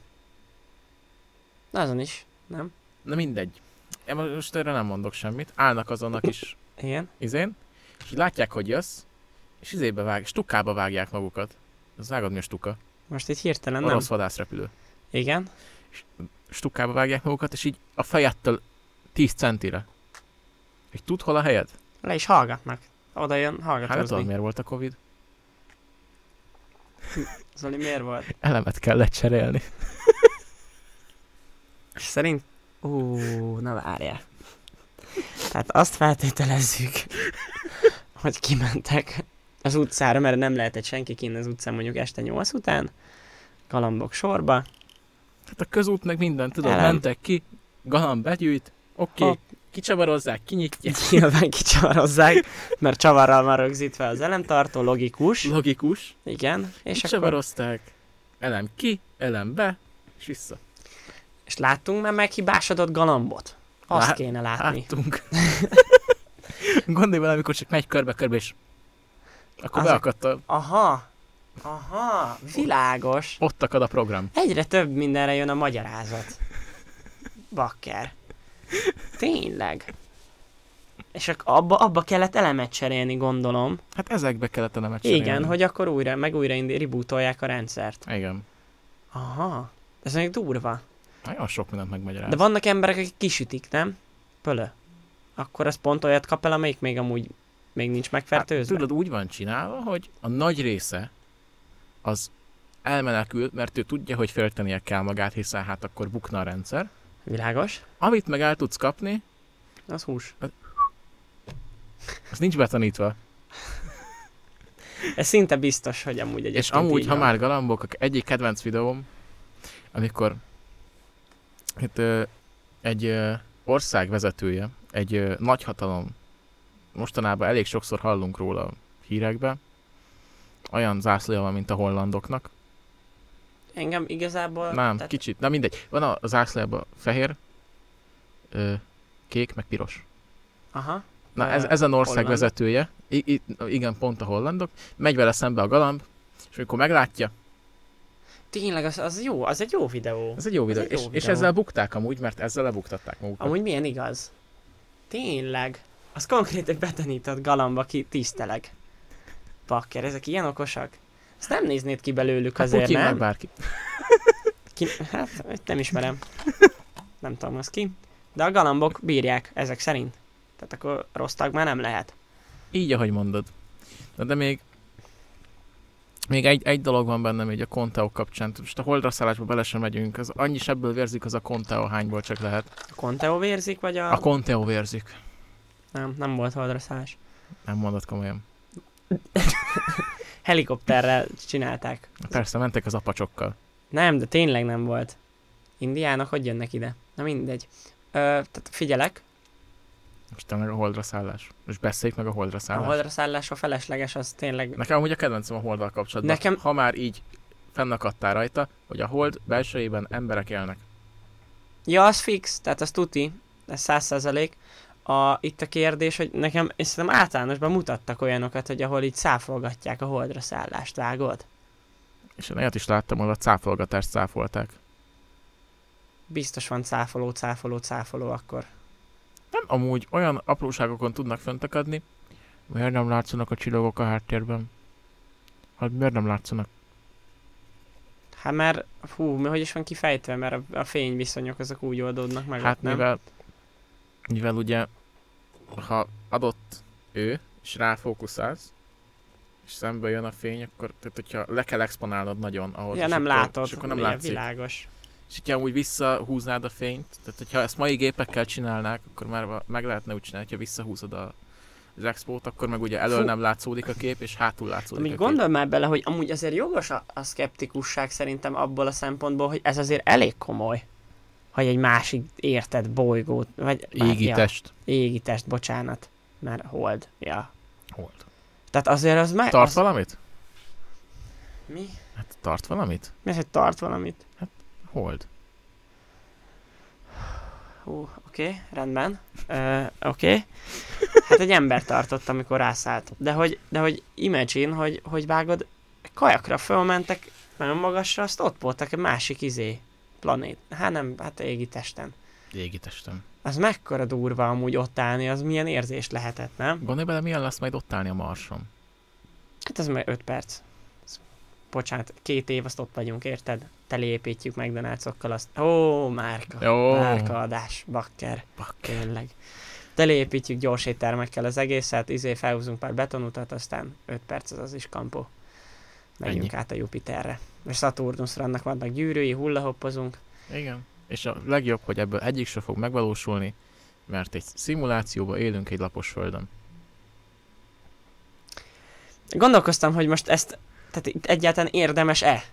Speaker 2: Na, Azon is, nem?
Speaker 3: Na mindegy. Én most erre nem mondok semmit. Állnak azon a kis
Speaker 2: Igen.
Speaker 3: izén, és így látják, hogy jössz, és izébe vág, stukkába vágják magukat. Az vágod mi a stuka?
Speaker 2: Most így hirtelen nem.
Speaker 3: Orosz vadászrepülő.
Speaker 2: Igen.
Speaker 3: Stukkába vágják magukat, és így a fejettől 10 centire. Hogy tud, hol a helyed?
Speaker 2: Le is hallgatnak. Oda jön
Speaker 3: Hát nem tudom,
Speaker 2: hallgatózni. Hát,
Speaker 3: miért volt a Covid.
Speaker 2: Zoli miért volt?
Speaker 3: Elemet kellett cserélni.
Speaker 2: Szerint... Ó, na várjál. Tehát azt feltételezzük, hogy kimentek az utcára, mert nem lehetett senki kint az utcán mondjuk este 8 után. Galambok sorba,
Speaker 3: Hát a közút meg minden, tudod,
Speaker 2: Elem.
Speaker 3: Elem. mentek ki, galamb begyűjt, oké,
Speaker 2: Hopp.
Speaker 3: okay, kicsavarozzák, kinyitják.
Speaker 2: nyilván kicsavarozzák, mert csavarral van rögzítve az elemtartó, logikus.
Speaker 3: Logikus.
Speaker 2: Igen, és akkor...
Speaker 3: Kicsavarozták, elem ki, elem be, és vissza.
Speaker 2: És láttunk már meghibásodott galambot? Azt
Speaker 3: Lá- hát-
Speaker 2: kéne látni.
Speaker 3: Láttunk. Gondolj bele, amikor csak megy körbe-körbe, és akkor
Speaker 2: Az-
Speaker 3: beakadt a,
Speaker 2: Aha, aha, világos.
Speaker 3: ott akad a program.
Speaker 2: Egyre több mindenre jön a magyarázat. Bakker. Tényleg. És ak- abba, abba kellett elemet cserélni, gondolom.
Speaker 3: Hát ezekbe kellett a nemet
Speaker 2: Igen, hogy akkor újra, meg újra indi- rebootolják a rendszert.
Speaker 3: Igen. Hát
Speaker 2: Aha, ez még durva.
Speaker 3: Nagyon sok mindent megmagyaráz.
Speaker 2: De vannak emberek, akik kisütik, nem? Pölö. Akkor az pont olyat kap el, amelyik még amúgy még nincs
Speaker 3: hát,
Speaker 2: megfertőzve.
Speaker 3: tudod, úgy van csinálva, hogy a nagy része az elmenekül, mert ő tudja, hogy féltenie kell magát, hiszen hát akkor bukna a rendszer.
Speaker 2: Világos.
Speaker 3: Amit meg el tudsz kapni,
Speaker 2: Az hús.
Speaker 3: az nincs betanítva.
Speaker 2: Ez szinte biztos, hogy amúgy egyébként
Speaker 3: És amúgy,
Speaker 2: így
Speaker 3: ha
Speaker 2: van.
Speaker 3: már galambok, ak- egyik kedvenc videóm, amikor itt ö, egy ö, ország vezetője, egy ö, nagyhatalom, mostanában elég sokszor hallunk róla a hírekbe, olyan zászlója van, mint a hollandoknak.
Speaker 2: Engem igazából...
Speaker 3: Nem,
Speaker 2: tehát
Speaker 3: kicsit, na mindegy. Van a zászlójában fehér, ö, kék, meg piros.
Speaker 2: Aha.
Speaker 3: Na,
Speaker 2: Ö,
Speaker 3: ez, ezen ország
Speaker 2: holland.
Speaker 3: vezetője, I, i, igen, pont a hollandok, megy vele szembe a galamb, és amikor meglátja,
Speaker 2: Tényleg, az, az jó, az egy jó videó.
Speaker 3: Ez egy jó videó.
Speaker 2: egy
Speaker 3: és,
Speaker 2: jó
Speaker 3: és
Speaker 2: videó.
Speaker 3: ezzel bukták amúgy, mert ezzel lebuktatták magukat. Amúgy...
Speaker 2: Amúgy milyen igaz? Tényleg. Az konkrét egy betanított galamba ki tiszteleg. Pakker, ezek ilyen okosak. Ezt nem néznéd ki belőlük azért,
Speaker 3: Hát Putyin meg
Speaker 2: nem?
Speaker 3: bárki.
Speaker 2: Ki, hát, őt nem ismerem. Nem tudom, az ki. De a galambok bírják, ezek szerint. Tehát akkor rossz tag már nem lehet.
Speaker 3: Így, ahogy mondod. Na de még még egy, egy dolog van bennem így a Conteo kapcsán. Most a holdra szállásba bele sem megyünk. Az, annyi sebből vérzik, az a Conteo hányból csak lehet.
Speaker 2: A Conteo vérzik, vagy a...
Speaker 3: A Conteo vérzik.
Speaker 2: Nem, nem volt holdra szállás.
Speaker 3: Nem mondod komolyan.
Speaker 2: Helikopterrel csinálták.
Speaker 3: Persze, mentek az apacsokkal.
Speaker 2: Nem, de tényleg nem volt. Indiának hogy jönnek ide? Na mindegy. Ö, tehát figyelek,
Speaker 3: Most tényleg a holdra szállás. Most beszéljük meg a holdra
Speaker 2: a
Speaker 3: szállás.
Speaker 2: holdra szállás, a felesleges, az tényleg
Speaker 3: Nekem amúgy a kedvencem a holddal kapcsolatban.
Speaker 2: Nekem-
Speaker 3: Ha már így fennakadtál rajta, hogy a hold belsejében emberek élnek.
Speaker 2: Ja, az fix, tehát az tuti, ez száz százalék. A, itt a kérdés, hogy nekem, és szerintem általánosban mutattak olyanokat, hogy ahol így száfolgatják a holdra szállást, vágod?
Speaker 3: És én olyat is láttam, ahol a cáfolgatást cáfolták.
Speaker 2: Biztos van cáfoló, cáfoló, cáfoló akkor.
Speaker 3: Nem amúgy olyan apróságokon tudnak föntakadni, miért nem látszanak a csillagok a háttérben? Hát miért nem látszanak?
Speaker 2: Hát mert, hú, mi hogy is van kifejtve, mert a, a fényviszonyok azok úgy oldódnak meg,
Speaker 3: Hát
Speaker 2: ott, nem?
Speaker 3: mivel, mivel ugye, ha adott ő, és ráfókuszálsz, és szembe jön a fény, akkor tehát hogyha le kell exponálnod nagyon ahhoz.
Speaker 2: Ja,
Speaker 3: és
Speaker 2: nem
Speaker 3: akkor,
Speaker 2: látod,
Speaker 3: És akkor nem
Speaker 2: ugye,
Speaker 3: látszik.
Speaker 2: világos.
Speaker 3: És hogyha úgy visszahúznád a fényt, tehát hogyha ezt mai gépekkel csinálnák, akkor már va- meg lehetne úgy csinálni, hogyha visszahúzod a, az expót, akkor meg ugye elől
Speaker 2: Fú.
Speaker 3: nem látszódik a kép, és hátul látszódik
Speaker 2: Amíg
Speaker 3: a
Speaker 2: gondol már bele, hogy amúgy azért jogos a, a szkeptikusság szerintem abból a szempontból, hogy ez azért elég komoly, hogy egy másik értett bolygót, vagy...
Speaker 3: kép. Égi
Speaker 2: ja.
Speaker 3: test.
Speaker 2: Égi test, bocsánat. Már hold. Ja.
Speaker 3: Hold.
Speaker 2: Tehát azért az meg...
Speaker 3: Tart
Speaker 2: E, Az,
Speaker 3: valamit?
Speaker 2: mi?
Speaker 3: Hát tart valamit?
Speaker 2: Mi az, hogy tart valamit?
Speaker 3: Hold.
Speaker 2: Hú, oké, okay, rendben. Ö, oké. Okay. Hát egy ember tartott, amikor rászállt. De hogy, de hogy imagine, hogy, hogy vágod, kajakra fölmentek, nagyon magasra, azt ott voltak egy másik izé, planét. Hát nem, hát égi testen.
Speaker 3: Égi testem.
Speaker 2: Az mekkora durva amúgy ott állni, az milyen érzés lehetett, nem?
Speaker 3: Gondolj bele, milyen lesz majd ott állni a marson.
Speaker 2: Hát ez meg 5 perc. Ez- Bocsánat, két év, azt ott vagyunk, érted? Teleépítjük McDonald's-okkal azt. Ó, márka.
Speaker 3: Jó.
Speaker 2: Márka adás, bakker,
Speaker 3: Bakker.
Speaker 2: tényleg. Teleépítjük gyors éttermekkel az egészet, izé felhúzunk pár betonutat, aztán 5 perc az az is kampó. Megyünk
Speaker 3: Ennyi.
Speaker 2: át a Jupiterre. És Saturnusra annak vannak gyűrűi, hullahoppozunk.
Speaker 3: Igen. És a legjobb, hogy ebből egyik se fog megvalósulni, mert egy szimulációban élünk egy lapos földön.
Speaker 2: Gondolkoztam, hogy most ezt, tehát itt egyáltalán érdemes-e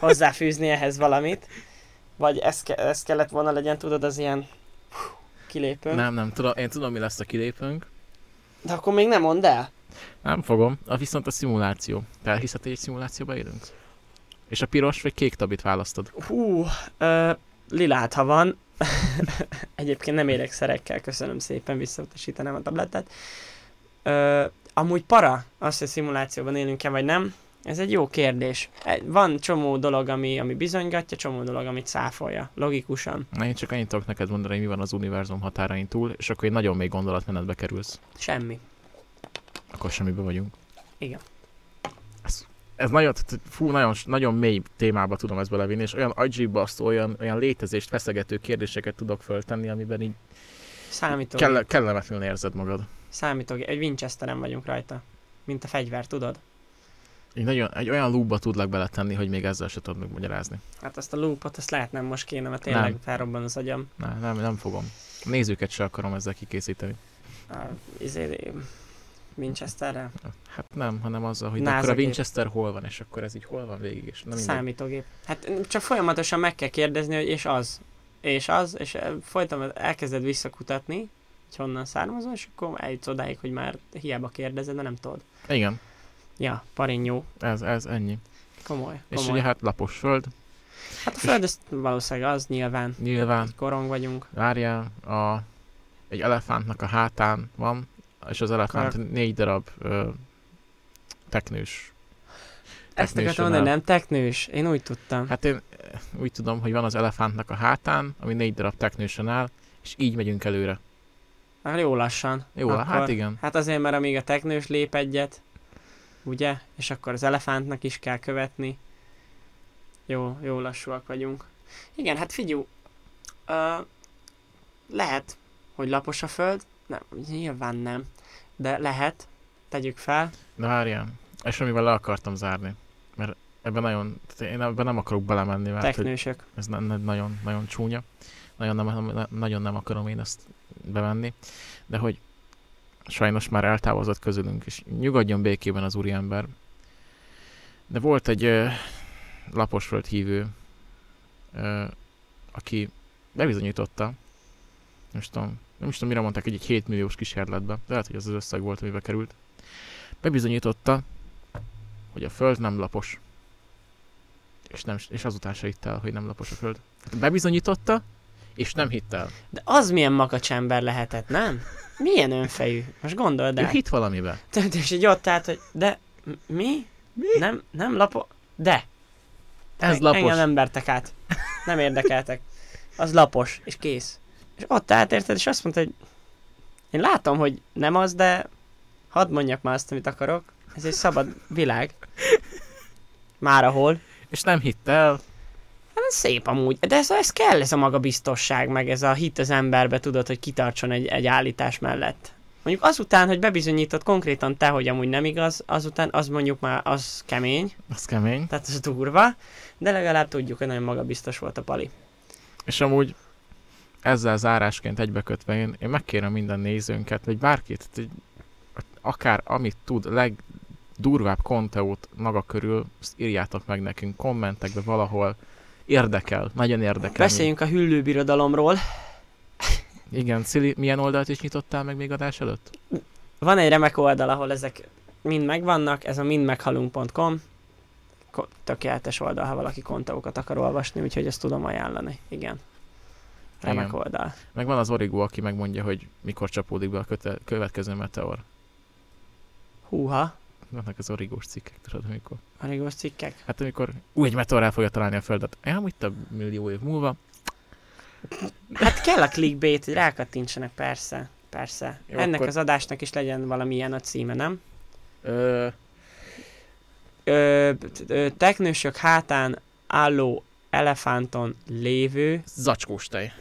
Speaker 2: hozzáfűzni ehhez valamit, vagy ez, ke- ez kellett volna legyen, tudod, az ilyen hú, kilépő.
Speaker 3: Nem, nem, tudom, én tudom, mi lesz a kilépünk.
Speaker 2: De akkor még nem mondd el.
Speaker 3: Nem fogom. A viszont a szimuláció. Te elhiszed, hogy egy szimulációba élünk? És a piros vagy kék tabit választod.
Speaker 2: Hú, ö, lilát, ha van. Egyébként nem érek szerekkel, köszönöm szépen, visszautasítanám a tabletet. Ö, amúgy para, azt, hogy szimulációban élünk-e vagy nem, ez egy jó kérdés. E- Van csomó dolog, ami, ami bizonygatja, csomó dolog, amit száfolja, logikusan.
Speaker 3: Na én csak annyit tudok neked mondani, hogy mi van az univerzum határain túl, és akkor egy nagyon mély gondolatmenetbe kerülsz.
Speaker 2: Semmi.
Speaker 3: Akkor semmibe vagyunk.
Speaker 2: Igen.
Speaker 3: Ez, ez nagyon, tehát, fú, nagyon, nagyon mély témába tudom ezt belevinni, és olyan agyibasztó, olyan, olyan létezést feszegető kérdéseket tudok föltenni, amiben így
Speaker 2: Számítógép.
Speaker 3: kelle, kellemetlenül érzed magad.
Speaker 2: Számítógép. Egy Winchesterem vagyunk rajta. Mint a fegyver, tudod?
Speaker 3: Egy, nagyon, egy olyan lúba tudlak beletenni, hogy még ezzel se tudod megmagyarázni.
Speaker 2: Hát azt a loopot, azt látnám most kéne, mert tényleg
Speaker 3: Nem.
Speaker 2: felrobban az agyam.
Speaker 3: Nem, nem, nem fogom. A nézőket se akarom ezzel kikészíteni.
Speaker 2: A, izé, Winchesterre?
Speaker 3: Hát nem, hanem azzal, hogy de
Speaker 2: NASA
Speaker 3: akkor a
Speaker 2: gép.
Speaker 3: Winchester hol van, és akkor ez így hol van végig, és nem mindegy.
Speaker 2: Számítógép. Hát csak folyamatosan meg kell kérdezni, hogy és az, és az, és e, folyton elkezded visszakutatni, hogy honnan származol, és akkor eljutsz odáig, hogy már hiába kérdezed, de nem tudod.
Speaker 3: Igen,
Speaker 2: Ja, parinyó.
Speaker 3: ez, ez ennyi.
Speaker 2: Komoly,
Speaker 3: És
Speaker 2: komoly.
Speaker 3: ugye hát lapos föld,
Speaker 2: hát a Föld, ez valószínűleg az nyilván.
Speaker 3: nyilván,
Speaker 2: Korong vagyunk.
Speaker 3: várjál, a, egy elefántnak a hátán van, és az elefánt négy darab ö, teknős.
Speaker 2: Ezt
Speaker 3: Teknős
Speaker 2: akartam mondani,
Speaker 3: vonal.
Speaker 2: nem teknős? Én úgy tudtam.
Speaker 3: Hát én eh, úgy tudom, hogy van az elefántnak a hátán, ami négy darab teknősen áll, és így megyünk előre.
Speaker 2: Hát jó lassan.
Speaker 3: Jó, Akkor... hát igen.
Speaker 2: Hát azért, mert amíg a teknős lép egyet, ugye? És akkor az elefántnak is kell követni. Jó, jó lassúak vagyunk. Igen, hát figyú, ö, lehet, hogy lapos a föld, nem, nyilván nem, de lehet, tegyük fel.
Speaker 3: De várjál, és amivel le akartam zárni, mert ebben nagyon, tehát én ebben nem akarok belemenni, mert hogy
Speaker 2: Teknősök.
Speaker 3: ez na- na- nagyon, nagyon csúnya. Nagyon nem, nem- nagyon nem akarom én ezt bevenni, de hogy sajnos már eltávozott közülünk, és nyugodjon békében az úriember. De volt egy ö, laposföld hívő, ö, aki bebizonyította, nem is tudom, nem is tudom, mire mondták, hogy egy 7 milliós kísérletbe, de lehet, hogy az az összeg volt, amibe került. Bebizonyította, hogy a föld nem lapos és, nem, és azután se hitt el, hogy nem lapos a föld. Hát bebizonyította, és nem hitt el.
Speaker 2: De az milyen makacs ember lehetett, nem? Milyen önfejű? Most gondold
Speaker 3: De ő
Speaker 2: el.
Speaker 3: hitt valamiben.
Speaker 2: Tudod, és így ott állt, hogy de m- mi? mi? Nem, nem lapo... De.
Speaker 3: Ez
Speaker 2: En-
Speaker 3: lapos.
Speaker 2: Engem nem vertek át. Nem érdekeltek. Az lapos, és kész. És ott állt, érted, és azt mondta, hogy én látom, hogy nem az, de hadd mondjak már azt, amit akarok. Ez egy szabad világ. Már ahol.
Speaker 3: És nem hitt el,
Speaker 2: Hát ez szép amúgy, de ez, ez kell, ez a magabiztosság, meg ez a hit az emberbe, tudod, hogy kitartson egy, egy állítás mellett. Mondjuk azután, hogy bebizonyítod konkrétan te, hogy amúgy nem igaz, azután az mondjuk már az kemény,
Speaker 3: az kemény.
Speaker 2: tehát az durva, de legalább tudjuk, hogy nagyon magabiztos volt a Pali.
Speaker 3: És amúgy ezzel zárásként egybekötve én, én megkérem minden nézőnket, vagy bárkit, tehát egy- akár amit tud, legdurvább konteót maga körül, azt írjátok meg nekünk kommentekbe valahol. Érdekel, nagyon érdekel.
Speaker 2: Beszéljünk a hüllőbirodalomról.
Speaker 3: Igen, Cili, milyen oldalt is nyitottál meg még adás előtt?
Speaker 2: Van egy remek oldal, ahol ezek mind megvannak, ez a mindmeghalunk.com. Ko- Tökéletes oldal, ha valaki konteókat akar olvasni, úgyhogy ezt tudom ajánlani. Igen. Remek
Speaker 3: Igen.
Speaker 2: oldal.
Speaker 3: Meg van az Origo, aki megmondja, hogy mikor csapódik be a köte- következő meteor.
Speaker 2: Húha.
Speaker 3: vannak az origós cikkek, tudod, amikor.
Speaker 2: Origós cikkek?
Speaker 3: Hát amikor úgy egy meteor el fogja találni a Földet, ja, mit a millió év múlva,
Speaker 2: Hát kell a clickbait, hogy rákattintsanak, persze. Persze. Jó,
Speaker 3: Jó,
Speaker 2: Ennek
Speaker 3: akkor-
Speaker 2: akkor... az adásnak is legyen valamilyen a címe, nem?
Speaker 3: ö,
Speaker 2: Ö, t- ö, teknősök hátán álló elefánton lévő,
Speaker 3: zacskós tej.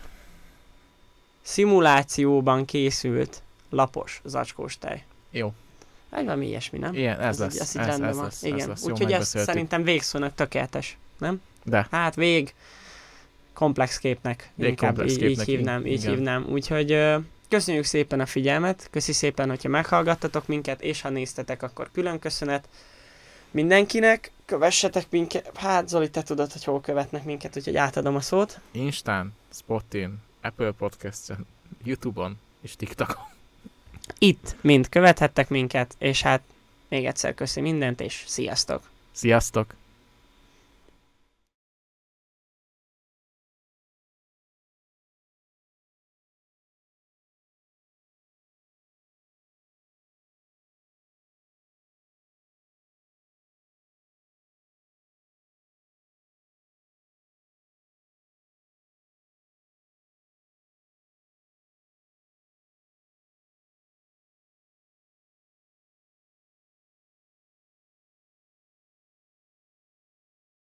Speaker 2: szimulációban készült lapos zacskós tej.
Speaker 3: Jó.
Speaker 2: Vagy valami ilyesmi, nem?
Speaker 3: Ilyen, ez,
Speaker 2: Az így-
Speaker 3: lesz,
Speaker 2: az
Speaker 3: ez,
Speaker 2: így
Speaker 3: ez,
Speaker 2: rendben
Speaker 3: ez
Speaker 2: van.
Speaker 3: lesz,
Speaker 2: Igen.
Speaker 3: ez lesz, jó,
Speaker 2: Úgyhogy ez
Speaker 3: megbeszéltük.
Speaker 2: szerintem végszónak tökéletes, nem?
Speaker 3: De.
Speaker 2: Hát vég komplex képnek,
Speaker 3: Vég
Speaker 2: inkább
Speaker 3: komplex
Speaker 2: így,
Speaker 3: képnek,
Speaker 2: így hívnám, így
Speaker 3: igen.
Speaker 2: hívnám. Úgyhogy ö, köszönjük szépen a figyelmet, köszi szépen, hogyha meghallgattatok minket, és ha néztetek, akkor külön köszönet mindenkinek, kövessetek minket, hát Zoli, te tudod, hogy hol követnek minket, úgyhogy átadom a szót.
Speaker 3: Instán, Spotin, Apple Podcast-en, Youtube-on és TikTokon.
Speaker 2: Itt mind követhettek minket, és hát még egyszer köszi mindent, és sziasztok!
Speaker 3: Sziasztok!